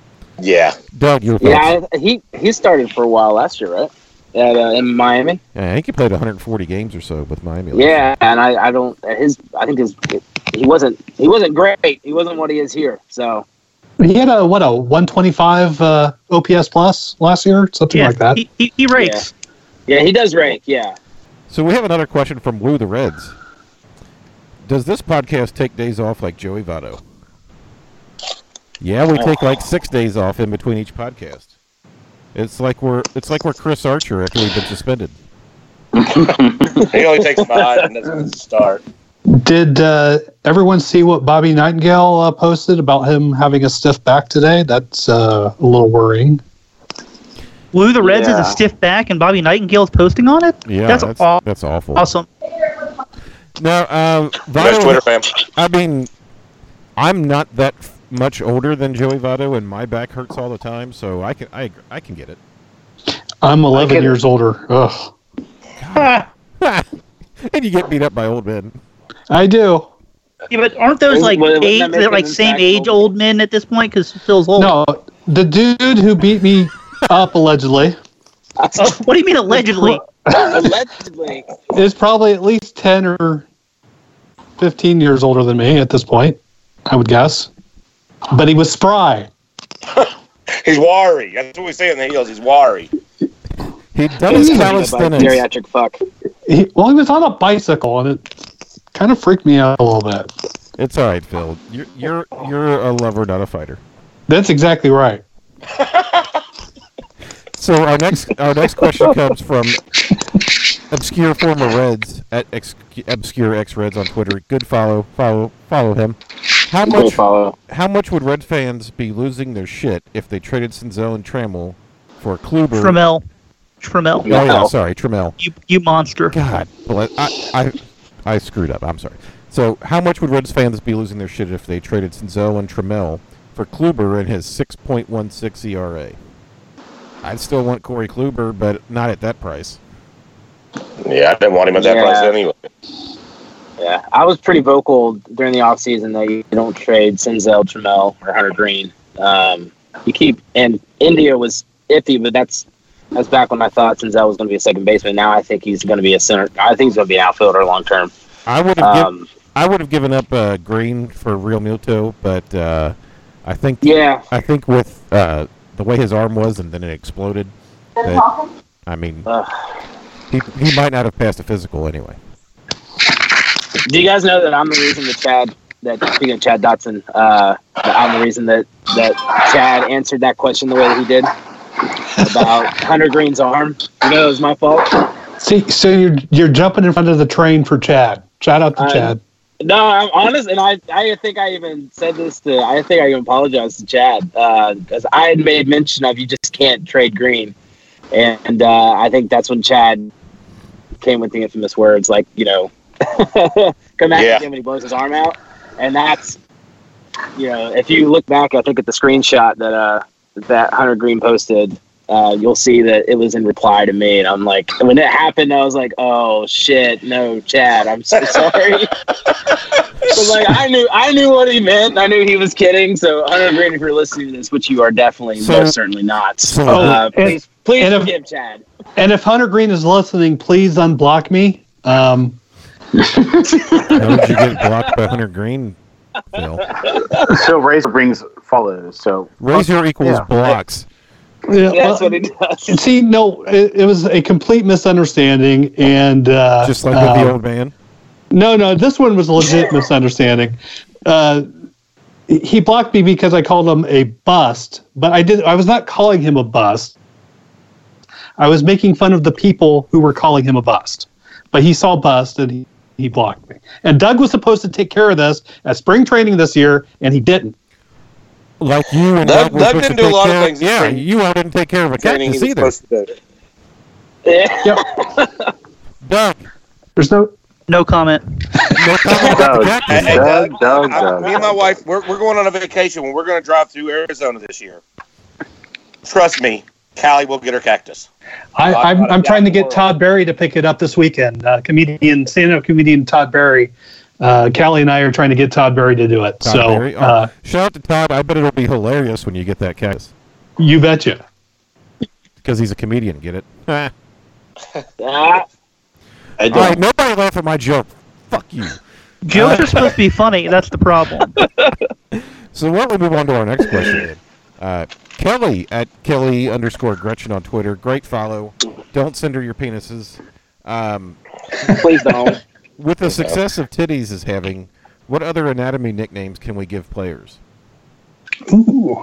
Yeah. Doug, your thoughts? Yeah, I- he he started for a while last year, right? At, uh, in Miami. Yeah, I think he played 140 games or so with Miami. last year. Yeah, and I, I don't his I think his he wasn't he wasn't great. He wasn't what he is here. So He had a what a 125 uh, OPS plus last year, something Yeah, like that. He, he, he rakes. yeah, he does rank. Yeah, So we have another question from Lou the Reds. Does this podcast take days off like Joey Votto? Yeah, we take like six days off in between each podcast. It's like we're it's like we're Chris Archer after we've been suspended. He only takes five and doesn't start. Did uh, everyone see what Bobby Nightingale uh, posted about him having a stiff back today? That's uh, a little worrying. Lou the Reds Yeah. is a stiff back, and Bobby Nightingale's posting on it. Yeah, that's, that's aw- that's awful. awesome. Now, um, That's Twitter Votto, fam. I mean, I'm not that f- much older than Joey Votto, and my back hurts all the time, so I can I I can get it. I'm 11 get it. years older. Ugh. and you get beat up by old men. I do. Yeah, but aren't those Wouldn't- like wouldn't that age, make they're him like same impactful? age old men at this point? Because Phil's old. No, the dude who beat me up allegedly Oh, what do you mean allegedly? allegedly. is probably at least 10 or 15 years older than me at this point, I would guess. But he was spry. He's wary. That's what we say in the heels. He's wary. He does Yeah. calisthenics. Geriatric fuck. He, well, he was on a bicycle, and it kind of freaked me out a little bit. It's all right, Phil. You're you're you're a lover, not a fighter. That's exactly right. So our next our next question comes from obscure former Reds at ex, obscure ex Reds on Twitter. Good follow, follow, follow him. How They much follow. how much would Red fans be losing their shit if they traded Sinzel and Trammell for Kluber? Trammell, Trammell, Oh yeah, sorry, Trammell. you you monster. God, bless, I, I I screwed up. I'm sorry. So how much would Reds fans be losing their shit if they traded Sinzel and Trammell for Kluber and his 6.16 ERA? I'd still want Corey Kluber, but not at that price. Yeah, I didn't want him at that Yeah. price anyway. Yeah, I was pretty vocal during the offseason that you don't trade Senzel, Trammell, or Hunter Green. Um, you keep and India was iffy, but that's that's back when I thought Senzel was going to be a second baseman. Now I think he's going to be a center. I think he's going to be an outfielder long term. I would have giv Um, I would have given up uh, Green for Real Muto, but uh, I think yeah, I think with uh, the way his arm was and then it exploded, that, I mean, Ugh. he, he might not have passed a physical anyway. Do you guys know that I'm the reason that Chad, that speaking of Chad Dotson, uh, that I'm the reason that, that Chad answered that question the way that he did about Hunter Green's arm? You know, it was my fault. See, so you're you're jumping in front of the train for Chad. Shout out to I- Chad. No, I'm honest, and I, I think I even said this to, I think I even apologized to Chad because I had made mention of you just can't trade Green, and uh, I think that's when Chad came with the infamous words like, you know, come back Yeah. at him and he blows his arm out, and that's, you know, if you look back, I think at the screenshot that uh that Hunter Green posted uh, you'll see that it was in reply to me, and I'm like, when it happened, I was like, oh shit, no, Chad, I'm so sorry. but like, I knew, I knew what he meant, and I knew he was kidding. So, Hunter Green, if you're listening to this, which you are definitely, So- most certainly not, so- uh, Oh, and- please, please and if- forgive Chad. And if Hunter Green is listening, please unblock me. Um, How did you get blocked by Hunter Green? Phil? So Razor brings follows. So Razor equals Yeah. blocks. yeah, That's well, what he does. see, no, it, it was a complete misunderstanding, and uh, Just like um, with the old man. No, no, this one was a legit misunderstanding. Uh, he blocked me because I called him a bust, but I did. I was not calling him a bust. I was making fun of the people who were calling him a bust, but he saw bust and he, he blocked me. And Doug was supposed to take care of this at spring training this year, and he didn't. Like you and Doug, Doug- were Doug supposed didn't to do a take lot of care things in Yeah, spring- you all didn't take care of a Training he cactus was either. supposed to do. Yeah. Yep. Doug, There's no. No comment. no comment about Doug, the Doug, cactus. Hey, Doug, Doug, Doug, I- me and my wife, we're, we're going on a vacation when we're going to drive through Arizona this year. Trust me, Callie will get her cactus. I, I'm, I'm trying to get Todd Berry to pick it up this weekend. Uh, comedian, stand-up comedian Todd Berry. Uh, Callie and I are trying to get Todd Berry to do it. Todd so Berry. Oh, uh, shout out to Todd. I bet it'll be hilarious when you get that cactus you betcha. because he's a comedian. Get it? Ah. Ah, I All right, nobody laugh at my joke. Fuck you. Jokes are supposed to be funny. That's the problem. So why don't we move on to our next question? Then? Uh, Kelly at Kelly underscore Gretchen on Twitter. Great follow. Don't send her your penises. Um, please don't. with the success of titties is having, what other anatomy nicknames can we give players? Ooh.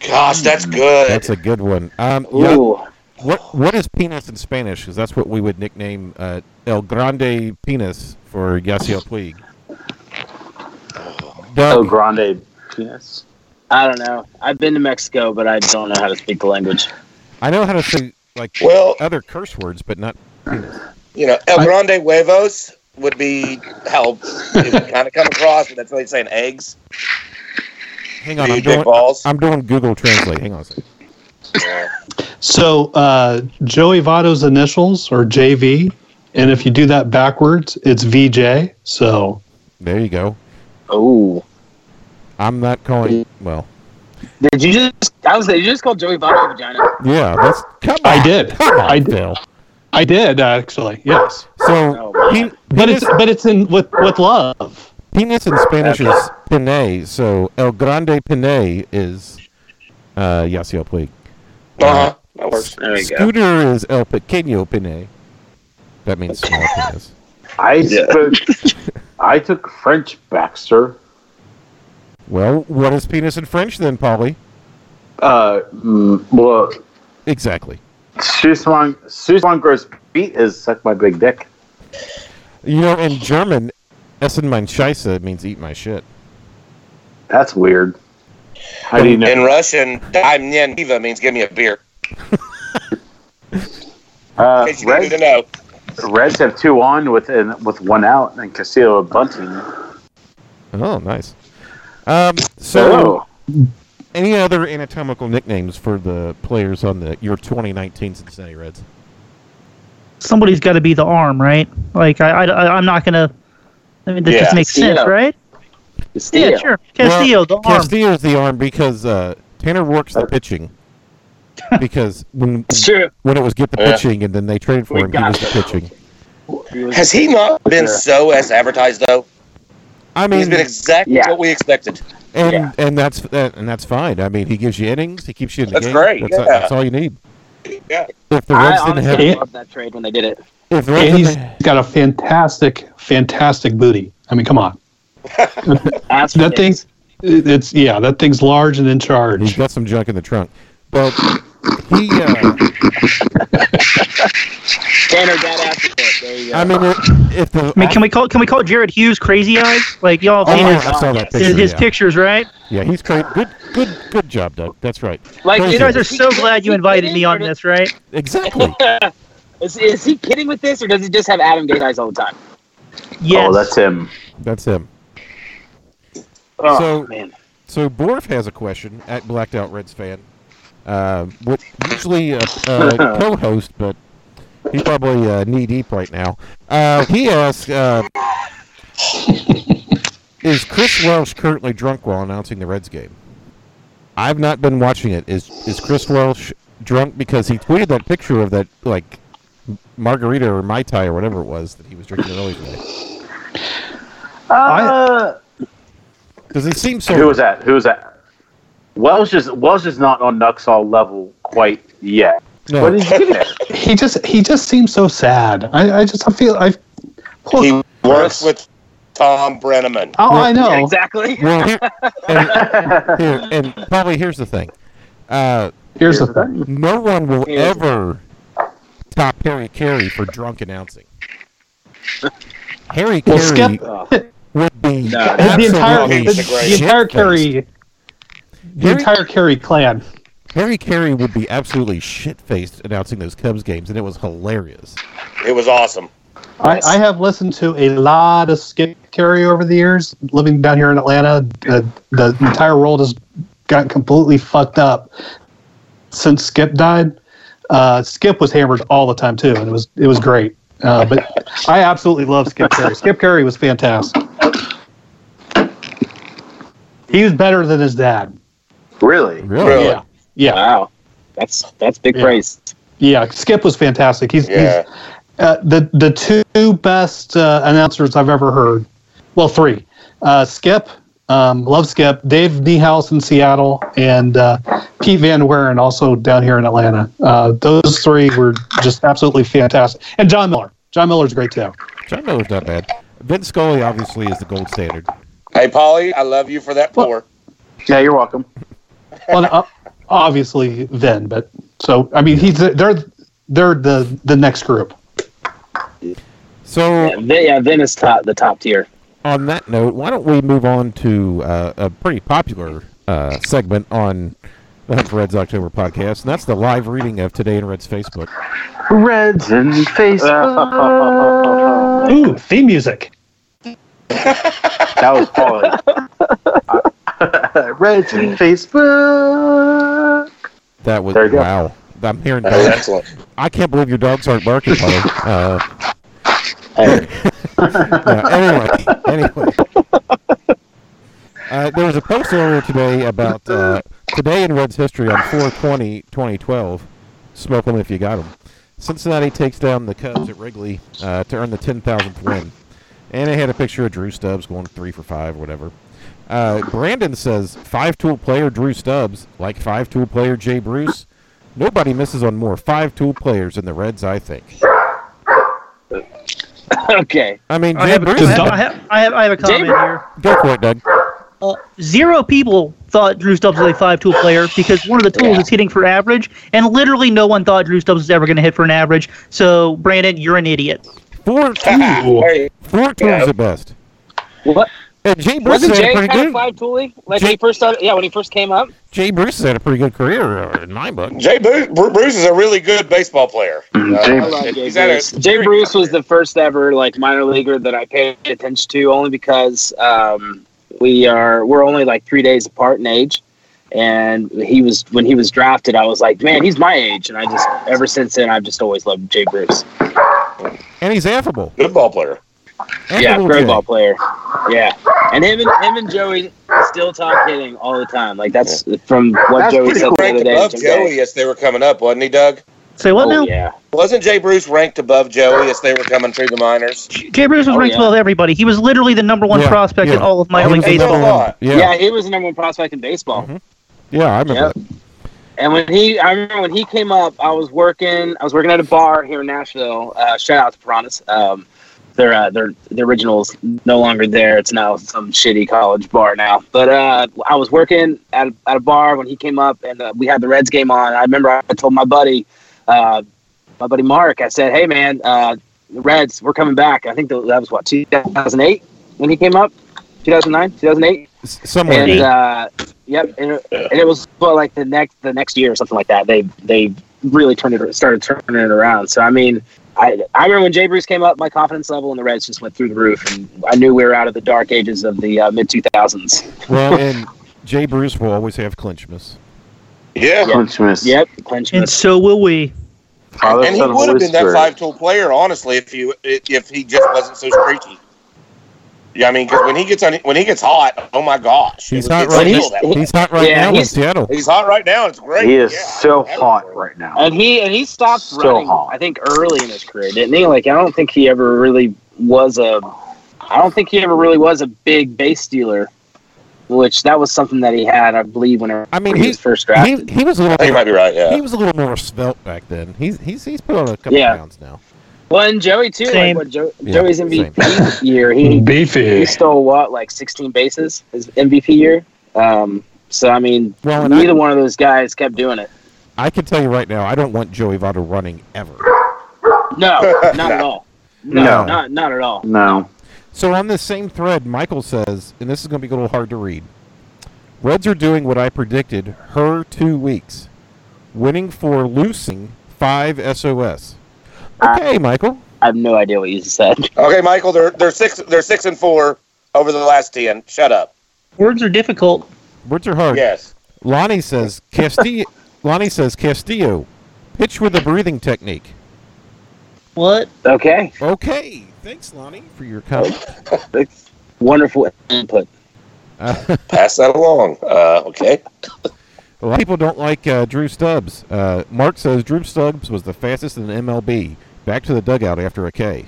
Gosh, that's good. That's a good one. Um, yeah, Ooh. what what is penis in Spanish? Because that's what we would nickname uh, El Grande Penis for Yasiel Puig. Oh, Doug, Grande penis. I don't know. I've been to Mexico, but I don't know how to speak the language. I know how to say like Well- other curse words, but not you know, El Grande Huevos would be how it would kind of come across, but that's really saying eggs. Hang on, The I'm big doing, balls. I'm doing Google Translate. Hang on a second. So uh, Joey Votto's initials are JV, and if you do that backwards, it's VJ. So There you go. Ooh. I'm not calling. Well, Did you just? I was. Did you just call Joey Votto a vagina? yeah. That's come on. I did. Come on, I did. Bill. I did actually, yes. So Oh, pe- man. But penis, it's but it's in with with love. penis in Spanish is pene. So el grande pene is uh, Yasiel Puig. Uh-huh. That works. There you go. Scooter is el pequeño pene. That means small penis. I spoke. I took French Baxter. Well, what is penis in French then, Polly? Uh, mm, well, Exactly. Susan Susan Gross beat is suck my big dick. You know, in German, Essen mein Scheiße means eat my shit. That's weird. How do you know? In Russian, "Dai мне Niva means give me a beer. Uh, In case you needed to Reds, know. Reds have two on with and with one out, and Castillo and bunting. Oh, nice. Um, so. So Any other anatomical nicknames for the players on the your 2019 Cincinnati Reds? Somebody's got to be the arm, right? Like I, I, am not gonna. I mean, that Yeah. just makes sense, Castillo. right? Castillo. Yeah, sure. Castillo, the arm. Castillo's the arm because uh, Tanner Rourke's the pitching. Because when It's true. when it was get the Yeah. pitching and then they traded for We him, he was got the it. pitching. He was- Has he not been Sure. so as advertised though? I mean, He's been exactly Yeah. what we expected. and yeah. and that's that, and that's fine. I mean, he gives you innings, he keeps you in the That's game. great, That's, yeah. that's all you need. Yeah. If the I Reds didn't have, honestly loved that trade when they did it. if the And Reds he's didn't, got a fantastic, fantastic booty. I mean, come on. That's That ridiculous. thing's it's yeah, that thing's large and in He's charge. got some junk in the trunk. But he, uh, Tanner got after it. There you go. I mean, if the I mean, can we call can we call Jared Hughes crazy eyes? Like y'all oh, have seen his, I saw that his, picture. his yeah. pictures, right? Yeah, he's great. Good, good, good job, Doug. That's right. like Crazy. You guys are so glad you invited me on this, right? Exactly. Is, is he kidding with this, or does he just have Adam Gay eyes all the time? Yes. oh, that's him. That's him. Oh So- man, Oh, So Borf has a question at Blacked Out Reds fan. Uh, what usually a, a co-host, but he's probably uh, knee deep right now. Uh, he asks, uh, "Is Chris Welsh currently drunk while announcing the Reds game?" I've not been watching it. Is is Chris Welsh drunk because he tweeted that picture of that like margarita or mai tai or whatever it was that he was drinking earlier today? Uh, Because he seems so. who was that? Who was that? Welsh is Welsh is not on Nuxall level quite yet. No. But he's getting there. He just he just seems so sad. I, I just I feel I. Poor He works Chris. with Tom Brenneman. Oh, I know. Yeah, exactly. Well, here, and, here- and probably here's the thing. Uh, Here's the thing. no one will Yeah. ever top Harry Carey for drunk announcing. Harry Well, Carey Skip- would be No, The entire absolutely the, the entire shitfaced. Curry the Harry- entire Curry clan. Harry Carey would be absolutely shit faced announcing those Cubs games, and it was hilarious. It was awesome. I, I have listened to a lot of Skip Carey over the years, living down here in Atlanta. The, the entire world has gotten completely fucked up since Skip died. Uh, Skip was hammered all the time too, and it was it was great. Uh, but I absolutely love Skip Carey. Skip Carey was fantastic. He was better than his dad. Really? Really? Yeah. Yeah, Wow, that's that's big Yeah. praise. yeah. Skip was fantastic. He's, he's Yeah. Uh, the the two best uh, announcers I've ever heard. Well, three. Uh, Skip, um, love Skip. Dave Niehaus in Seattle and uh, Pete Van Waren also down here in Atlanta. Uh, those three were just absolutely fantastic. And John Miller. John Miller's great too. John Miller's not bad. Vince Scully obviously is the gold standard. Hey, Polly, I love you for that Well- pour. Yeah, you're welcome. Well, uh, obviously Vin, but so I mean he's they're they're the the next group. So Yeah, Vin, yeah, Vin is top the top tier. on that note, why don't we move on to uh, a pretty popular uh, segment on the Hunt for Reds October podcast, and that's the live reading of Today in Reds Facebook. Reds and Facebook. Ooh, theme music. that was Polly. Reds and Facebook. That was There you go. wow. I'm hearing That was dogs. excellent. I can't believe your dogs aren't barking. Buddy. Uh, Hey, yeah, anyway, anyway. Uh, there was a post earlier today about uh, today in Reds history on 420 2012. Smoke them if you got them. Cincinnati takes down the Cubs at Wrigley uh, to earn the 10,000th win. And it had a picture of Drew Stubbs going three for five or whatever. Uh, Brandon says five tool player Drew Stubbs, like five tool player Jay Bruce. Nobody misses on more five tool players in the Reds, I think. okay, I mean, I Jay have, a, Bruce. I, have, I, have, I have a comment David- here. Go for it, Doug. Uh, zero people thought Drew Stubbs was a five tool player because one of the tools is hitting for average, and literally no one thought Drew Stubbs was ever going to hit for an average. So, Brandon, you're an idiot. Four two. Hey, Four tools at best. what And Jay Bruce wasn't had a Jay pretty kind good. of five tooling? Like Jay- when he first started, yeah, when he first came up. Jay Bruce had a pretty good career uh, in my book. Jay Bru- Bru- Bruce is a really good baseball player. Uh, Jay- I love Jay He's had a- Bruce. Jay Bruce was the first ever like minor leaguer that I paid attention to, only because um, we are we're only like three days apart in age, and he was when he was drafted, I was like, man, he's my age, and I just ever since then I've just always loved Jay Bruce. And he's affable. good ball player. yeah, Affable great Jay. ball player. Yeah, and him and him and Joey still talk hitting all the time. Like that's from what That's Joey pretty said cool. the other Ranked day. above Jim Joey Day. as they were coming up, wasn't he, Doug? Say what Oh, now? yeah. Wasn't Jay Bruce ranked above Joey as they were coming through the minors? Jay Bruce was Oh, ranked yeah. above everybody. He was literally the number one Yeah, prospect in yeah. all of minor He league was the baseball. number one. Baseball. Yeah, yeah, yeah, he was the number one prospect in baseball. I remember Yep. that. And when he, I remember when he came up, I was working, I was working at a bar here in Nashville. Uh, shout out to Piranhas. Um, their, uh, their, the originals no longer there. It's now some shitty college bar now. But uh, I was working at, a- at a bar when he came up, and uh, we had the Reds game on. I remember I told my buddy, uh, my buddy Mark, I said, "Hey man, uh, the Reds, we're coming back." I think that was what 2008 when he came up, 2009, 2008 S- Somewhere. and in there. uh, yep, and, it- and it was well, like the next the next year or something like that. They they really turned it started turning it around. So I mean, I I remember when Jay Bruce came up, my confidence level in the Reds just went through the roof, and I knew we were out of the dark ages of the uh, mid two thousands. well, and Jay Bruce will always have Clinchmas. Yeah. Clinch miss. Yep, clinch and miss. so will we. Father, and he son, and would have Holy been that Spirit. five tool player, honestly, if you if he just wasn't so streaky. Yeah, I mean, because when he gets on, when he gets hot, oh my gosh, He's It hot it's right still now. that- He's hot right Yeah, now in he's- Seattle. He's hot right now. It's great. He is Yeah, so I'm hot happy for him. right now. And he and he stopped So running. hot. I think early in his career, didn't he? Like I don't think he ever really was a. I don't think he ever really was a big base stealer, which that was something that he had, I believe, whenever I mean, he he- was first He, drafted. he was a I think little you might be right. Yeah. he was a little more svelte back then. He's he's he's put on a couple Yeah. pounds now. well, and Joey too. Same. Like what jo- Yeah, Joey's MVP year, Mm-hmm. he Beefy. he stole what like 16 bases his MVP year. Um, so I mean, Well, and I- neither one of those guys kept doing it. I can tell you right now, I don't want Joey Votto running ever. No, not at all. No, No. not not at all. No. So on this same thread, Michael says, and this is going to be a little hard to read. Reds are doing what I predicted. Her two weeks, winning for losing five SOS. Okay, Michael. I have no idea what you just said. Okay, Michael, they're they're six they're six and four over the last ten. Shut up. Words are difficult. Words are hard. Yes. Lonnie says Castillo. Lonnie says Castillo. Pitch with a breathing technique. What? Okay. Okay. Thanks, Lonnie, for your comment. That's wonderful input. Uh, Pass that along. Uh, okay. a lot of people don't like uh, Drew Stubbs. Uh, Mark says Drew Stubbs was the fastest in MLB. Back to the dugout after a K.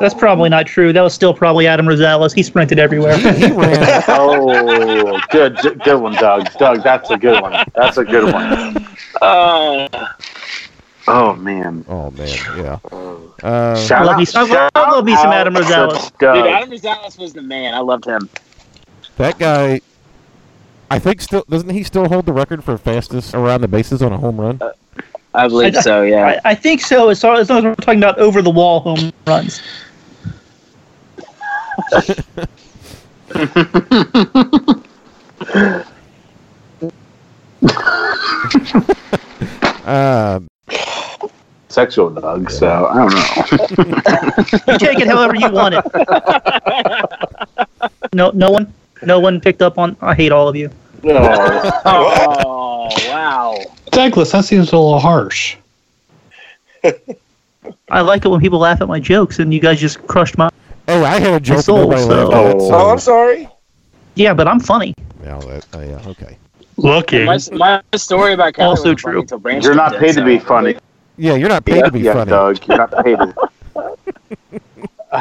That's probably not true. That was still probably Adam Rosales. He sprinted everywhere. He ran. Oh, good, good one, Doug. Doug, that's a good one. That's a good one. Uh, Oh man. Oh man, yeah. Uh, Shout I love out- me- I love- shout I love me some out Adam to Rosales. Doug. dude, Adam Rosales was the man. I loved him. that guy, I think still doesn't he still hold the record for fastest around the bases on a home run? I believe I- so. Yeah. I, I think so. As far as long as we're talking about over the wall home runs, Uh, Sexual Doug. So I don't know. you take it however you want it. No, no one, no one picked up on. I hate all of you. No. oh wow. Douglas, that seems a little harsh. I like it when people laugh at my jokes, and you guys just crushed my. oh, I had a joke. It's all nobody laughed at, so- Oh, I'm so- sorry. Yeah, but I'm funny. Yeah, that- oh, yeah, okay. Looking. My, my story about Kyler Also was funny true. until Branch You're not did, paid to so- be funny. Yeah, you're not paid yeah, to be yeah, funny. Doug. You're not paid. To...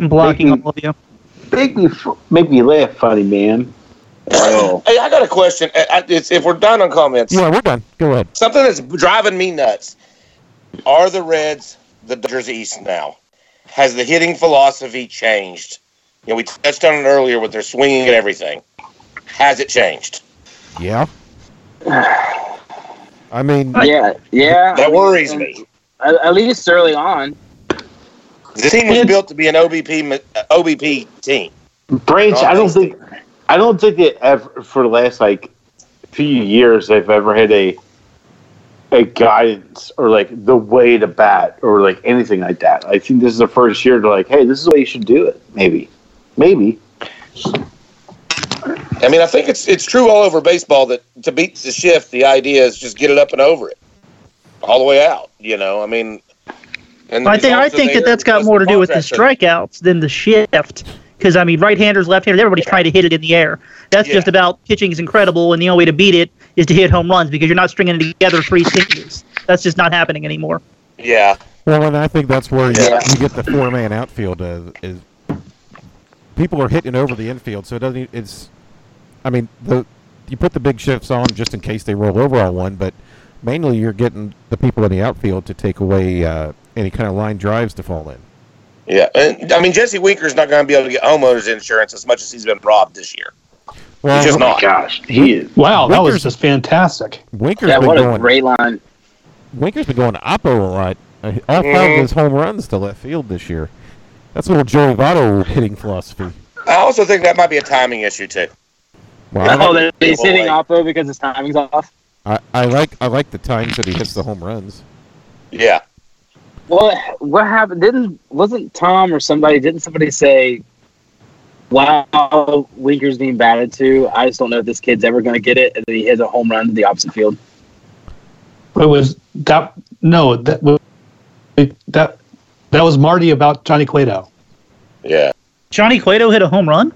I'm blocking Making- all of you. Make me, f- make me laugh, funny man. Oh. Hey, I got a question. I- I- it's, if we're done on comments, Yeah, we're done. Go ahead. something that's driving me nuts are the Reds, the Dodgers East now. Has the hitting philosophy changed? You know, we touched on it earlier with their swinging and everything. Has it changed? Yeah. I mean, Yeah, yeah. That worries me. At, at least early on. This team was built to be an OBP mi- uh, OBP team. Branch, I don't think I don't think it ever for the last like few years they've ever had a a guidance or like the way to bat or like anything like that. I think this is the first year to like, hey, this is the way you should do it. Maybe, maybe. I mean, I think it's it's true all over baseball that to beat the shift, the idea is just get it up and over it, all the way out. You know, I mean, and I think I think that that's got more to do with the strikeouts than the shift. Because I mean, right-handers, left-handers, everybody's trying to hit it in the air. That's Yeah. just about pitching is incredible, and the only way to beat it is to hit home runs because you're not stringing together three singles. That's just not happening anymore. Yeah, well, and I think that's where you, Yeah. you get the four-man outfield. Uh, is people are hitting over the infield, so it doesn't. e- It's, I mean, the you put the big shifts on just in case they roll over on one, but mainly you're getting the people in the outfield to take away uh, any kind of line drives to fall in. yeah. And I mean, Jesse Winker's not going to be able to get homeowners insurance as much as he's been robbed this year. Well, He's just not. Oh Gosh, he is. Wow, that was Winker's- just fantastic. Winker's Yeah, been what a going. great line. Winker's been going to Oppo a lot. Uh, All five of Mm-hmm. Mhm. his home runs to left field this year. That's a little Joey Votto hitting philosophy. I also think that might be a timing issue too. Wow. Oh, that he's Well, hitting like- Oppo because his timing's off. I, I like I like the times that he hits the home runs. Yeah, Well, what happened? Didn't wasn't Tom or somebody? Didn't somebody say while Winker's being batted to, I just don't know if this kid's ever going to get it. And then he hits a home run to the opposite field. It was that no that was that that was Marty about Johnny Cueto. Yeah. Johnny Cueto hit a home run.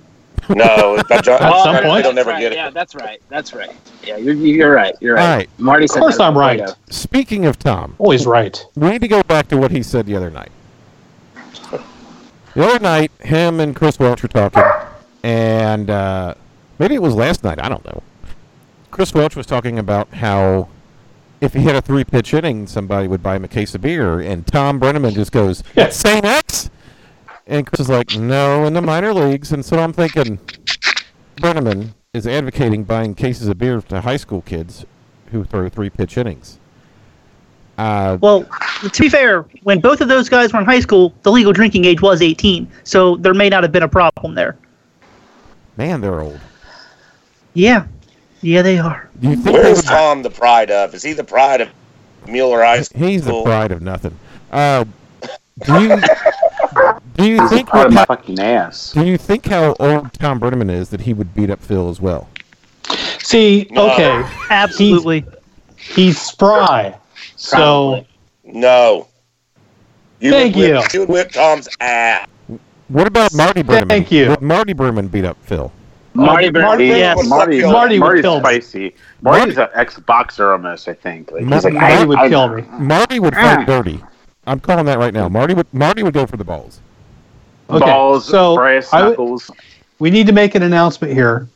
No, it's not John, At Oh, some that's point. they'll never right. get it. Yeah, that's right. That's right. Yeah, you're, you're right. You're right. All right. Marty Of said course, that I'm about right. Cueto. Speaking of Tom, Always right. we need to go back to what he said the other night. The other night, him and Chris Welch were talking, and uh, maybe it was last night. I don't know. Chris Welch was talking about how if he had a three pitch inning, somebody would buy him a case of beer, and Tom Brenneman just goes, "That's St. X," and Chris is like, "No, in the minor leagues." And so I'm thinking, Brenneman is advocating buying cases of beer to high school kids who throw three pitch innings. Uh, Well, to be fair, when both of those guys were in high school, the legal drinking age was 18, so there may not have been a problem there. man, they're old. Yeah, yeah, they are. Do you think they Where's would- Tom the pride of? Is he the pride of Mueller High School? he's the pride of nothing? Uh, do you do you This is think part what, of my how, fucking ass. do you think how old Tom Brenneman is that he would beat up Phil as well? See, No. okay, Absolutely. he's spry. So No. You Thank would you. Whip, you would whip Tom's ass. What about Marty Brenneman? Thank you. Would Marty Brenneman beat up Phil? Marty Brenneman. Marty, Yes. Marty, Marty would Marty's kill me. spicy. Marty's an ex-boxer almost, I think. Like, he's Marty- like, Marty I- would I- kill me. Marty would Ah. fight dirty. I'm calling that right now. Marty would Marty would go for the balls. Okay, Balls, so brass I would- knuckles. we need to make an announcement here.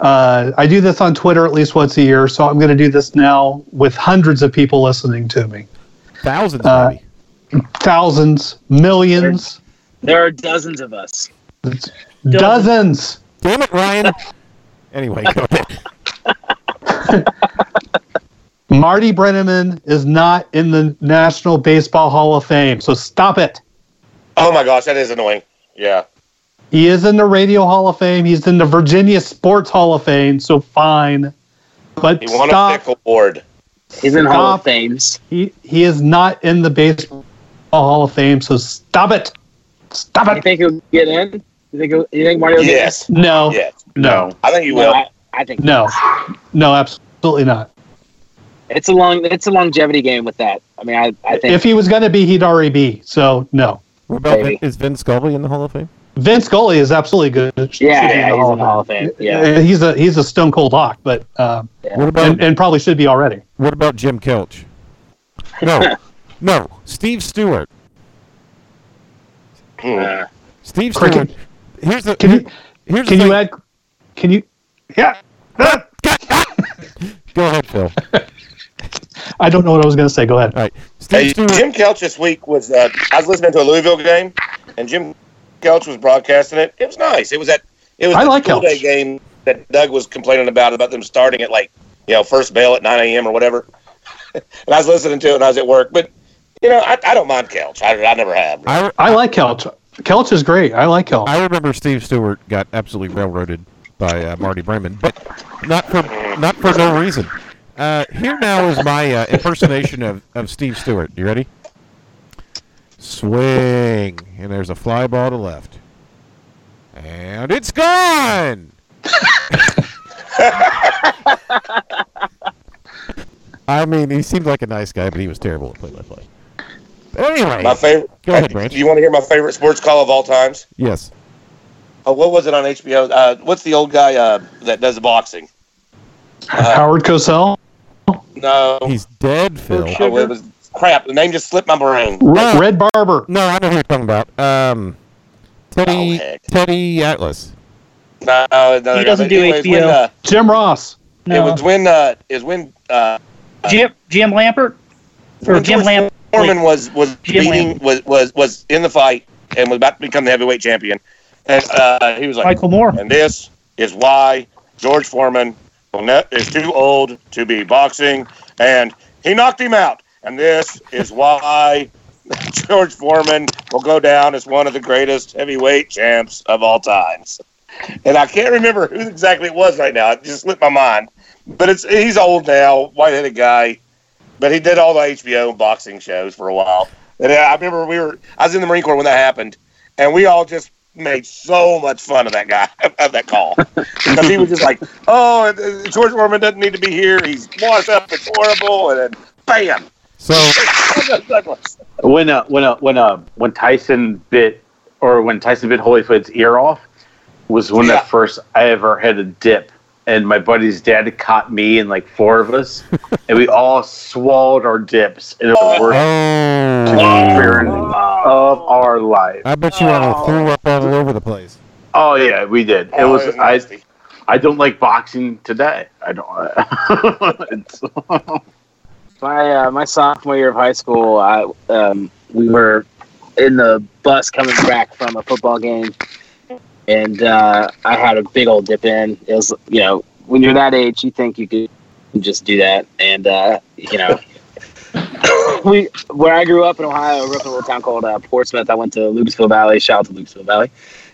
Uh, I do this on Twitter at least once a year, so I'm going to do this now with hundreds of people listening to me. Thousands, Uh, maybe. Thousands, millions, There are dozens of us. dozens. Damn it, Ryan. anyway, go ahead. Marty Brenneman is not in the National Baseball Hall of Fame, so stop it. Oh my gosh, that is annoying. Yeah. He is in the Radio Hall of Fame. He's in the Virginia Sports Hall of Fame, so fine. But He won a stop. pick award. He's in Hall of Stop. Fames. He, he is not in the Baseball Hall of Fame, so stop it. Stop You it. think he'll get in? You think he'll, you think Marty will Yes. No. Yes. No. I think he get in? No, will. I, I think No. No, absolutely not. it's a long it's a longevity game with that. I mean, I, I think If he was going to be, he'd already be. So, no. What about Vin, Maybe. is Vin Scully in the Hall of Fame? Vince Scully is absolutely good. Should yeah, be in yeah, the he's Hall in the of Hall of Fame. Yeah. Fame. Uh, He's a he's a stone cold hawk, but uh, What about and, and probably should be already. What about Jim Kelch? No, no, Steve Stewart. Uh, Steve Stewart. Hmm. Cricket. Here's the. Can you- here's Can the you thing. add? Can you? Yeah, Go ahead, Phil. All I don't know what I was going to say. Go ahead. right, Steve Hey, Stewart. Jim Kelch this week was. Uh, I was listening to a Louisville game, and Jim Kelch was broadcasting it. It was nice. It was that. It was I the like school Kelch. day game that Doug was complaining about about them starting at like you know first bell at nine a.m. or whatever. and I was listening to it, and I was at work. But you know, I, I don't mind Kelch. I, I never have. I, re- I like Kelch. Kelch is great. I like Kelch. I remember Steve Stewart got absolutely railroaded by uh, Marty Brenneman, but not for not for no reason. Uh, here now is my uh, impersonation of, of Steve Stewart. You ready? Swing, and there's a fly ball to left, and it's gone. I mean, he seemed like a nice guy, but he was terrible at play-by-play. Anyway, My favorite. Go ahead, Branch. Do you want to hear my favorite sports call of all times? yes, Oh, what was it on HBO? Uh, what's the old guy uh, that does the boxing? Uh, Howard Cosell, No, he's dead, Phil. oh, it was crap. The name just slipped my brain. Re- Ah. Red Barber. No, I know who you're talking about. Um, Teddy Oh, heck. Teddy Atlas. No, no, no, He doesn't but do anyways, HBO. When, uh, Jim Ross. No. It was when uh, is when uh, Jim Jim Lampert or when Jim George Lamp. Foreman was was Jim beating Lamb. was, was was in the fight and was about to become the heavyweight champion, and uh, he was like, Michael Moore. and this is why George Foreman will ne- is too old to be boxing, and he knocked him out, and this is why. George Foreman will go down as one of the greatest heavyweight champs of all times, and I can't remember who exactly it was right now. It just slipped my mind, but it's he's old now, white-headed guy. But he did all the HBO and boxing shows for a while. And I remember we were I was in the Marine Corps when that happened, and we all just made so much fun of that guy of that call because he was just like, "Oh, uh, George Foreman doesn't need to be here. He's washed up. It's horrible." And then, bam! So Douglas. when uh, when uh, when uh, when Tyson bit or when Tyson bit Holyfield's ear off was when Yeah. the first I ever had a dip, and my buddy's dad caught me and like four of us, and we all swallowed our dips and it was the worst oh, experience of our life. I bet you all threw up all over the place. Oh yeah, we did. It Oh, was I. nasty. I don't like boxing today. I don't. it's, My uh, my sophomore year of high school, I um, we were in the bus coming back from a football game, and uh, I had a big old dip in. It was you know when you're that age, you think you could just do that, and uh, you know. we where I grew up in Ohio, I grew up in a little town called uh, Portsmouth. I went to Lucasville Valley. Shout out to Lucasville Valley,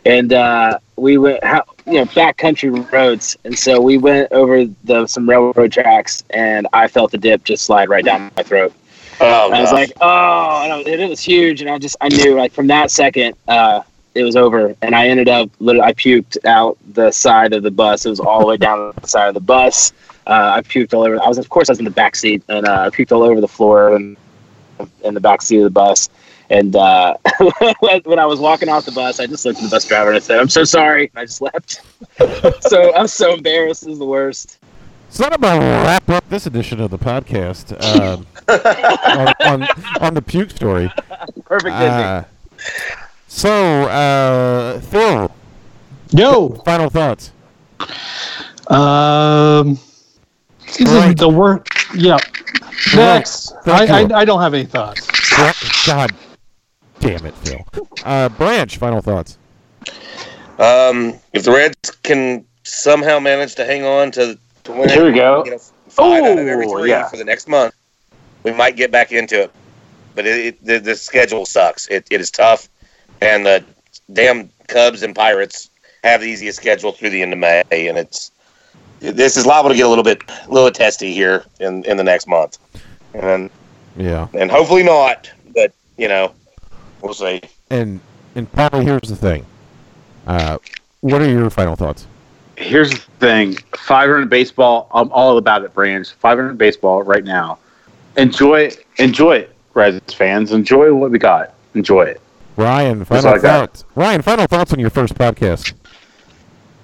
and uh, we went how you know back country roads, and so we went over the some railroad tracks, and I felt the dip just slide right down my throat. Oh, And I was no. like, oh, and I, and it was huge, and I just I knew like from that second. Uh, it was over, and I ended up. Literally, I puked out the side of the bus. It was all the way down the side of the bus. Uh, I puked all over. I was, of course, I was in the back seat, and uh, I puked all over the floor and in the back seat of the bus. And uh, when when I was walking off the bus, I just looked at the bus driver and I said, "I'm so sorry." And I just left. so I'm so embarrassed. This is the worst. So that'll about wrap up this edition of the podcast um, on, on, on the puke story. Perfect ending. Uh, so, uh, Phil, Yo. final thoughts. Um, this is Right. the worst. Yeah. Next. Thank I, you. I, I don't have any thoughts. Bra- God damn it, Phil. Uh, Branch, final thoughts. Um, if the Reds can somehow manage to hang on to, to win, here we go. You know, five out of every Oh, three yeah. for the next month, we might get back into it. But it, it, the, the schedule sucks. It, it is tough, and the damn Cubs and Pirates have the easiest schedule through the end of May, and it's this is liable to get a little bit a little testy here in, in the next month, and Yeah. and hopefully not. But you know, we'll see. And and probably here's the thing. Uh, what are your final thoughts? here's the thing 500 baseball i'm all about it branch 500 baseball right now enjoy it enjoy it reds fans enjoy what we got enjoy it Ryan, final like that. thoughts. Ryan, final thoughts on your first podcast.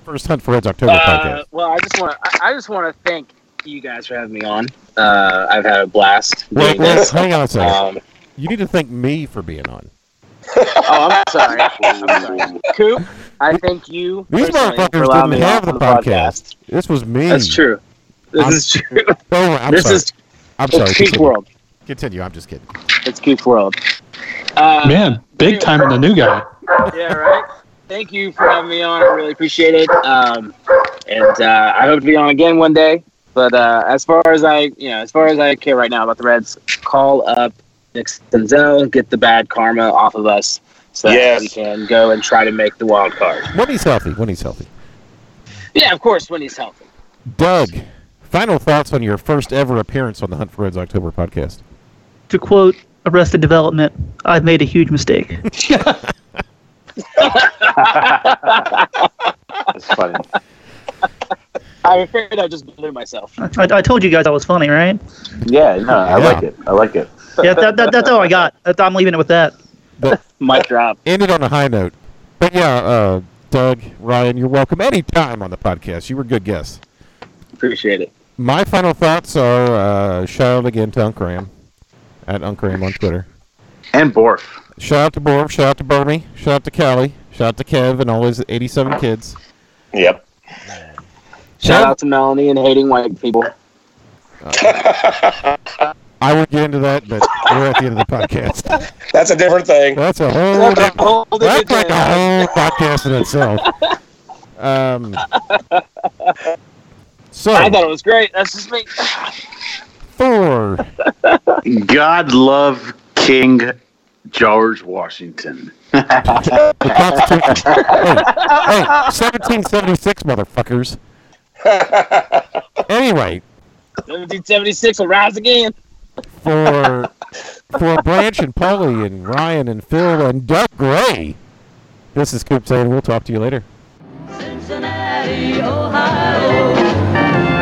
First Hunt for Reds October Uh, podcast. well, I just want I, I just want to thank you guys for having me on. Uh, I've had a blast Wait, doing wait, this. hang on a second. Um, you need to thank me for being on. oh, I'm sorry. I'm sorry. Coop, I thank you. These personally for motherfuckers allowing didn't me on have the podcast. This was me. That's true. This I'm- is true. Oh, I'm this sorry. is I'm sorry. it's Coop Continue. World. Continue. I'm just kidding. It's Coop World. Uh, Man, big time in the new guy. yeah, right. Thank you for having me on. I really appreciate it. Um, and uh, I hope to be on again one day. But uh, as far as I, you know, as far as I care right now about the Reds, call up Nick Senzel, get the bad karma off of us, so Yes. that we can go and try to make the wild card. When he's healthy. When he's healthy. Yeah, of course, when he's healthy. Doug, final thoughts on your first ever appearance on the Hunt for Reds October podcast. To quote Arrested Development, I've made a huge mistake. that's funny I'm afraid I just blew myself. I, I told you guys I was funny, right? yeah no i Yeah. like it i like it Yeah, that, that, that's all I got. That- I'm leaving it with that. Mic drop. Ended on a high note. But yeah, uh, Doug, Ryan, you're welcome anytime on the podcast. You were good guests. Appreciate it. My final thoughts are uh, shout out again to Uncram at Uncram on Twitter. and borf Shout out to Borb, shout out to Burmy, shout out to Callie, shout out to Kev, and all his 87 kids. Yep. Shout Shout- out to Melanie and hating white people. I will get into that, but we're at the end of the podcast. That's a different thing. That's a whole. That's a different- whole That's different like a whole thing. podcast in itself. Um, so I thought it was great. That's just me. four. god love king george washington The Constitution. hey, hey, 1776, motherfuckers. Anyway, 1776 will rise again. for for Branch and Polly and Ryan and Phil and Doug Gray, This is Coop saying we'll talk to you later. Cincinnati, Ohio.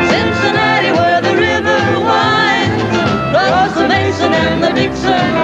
Cincinnati, where the river winds, across the Mason and the Dixon.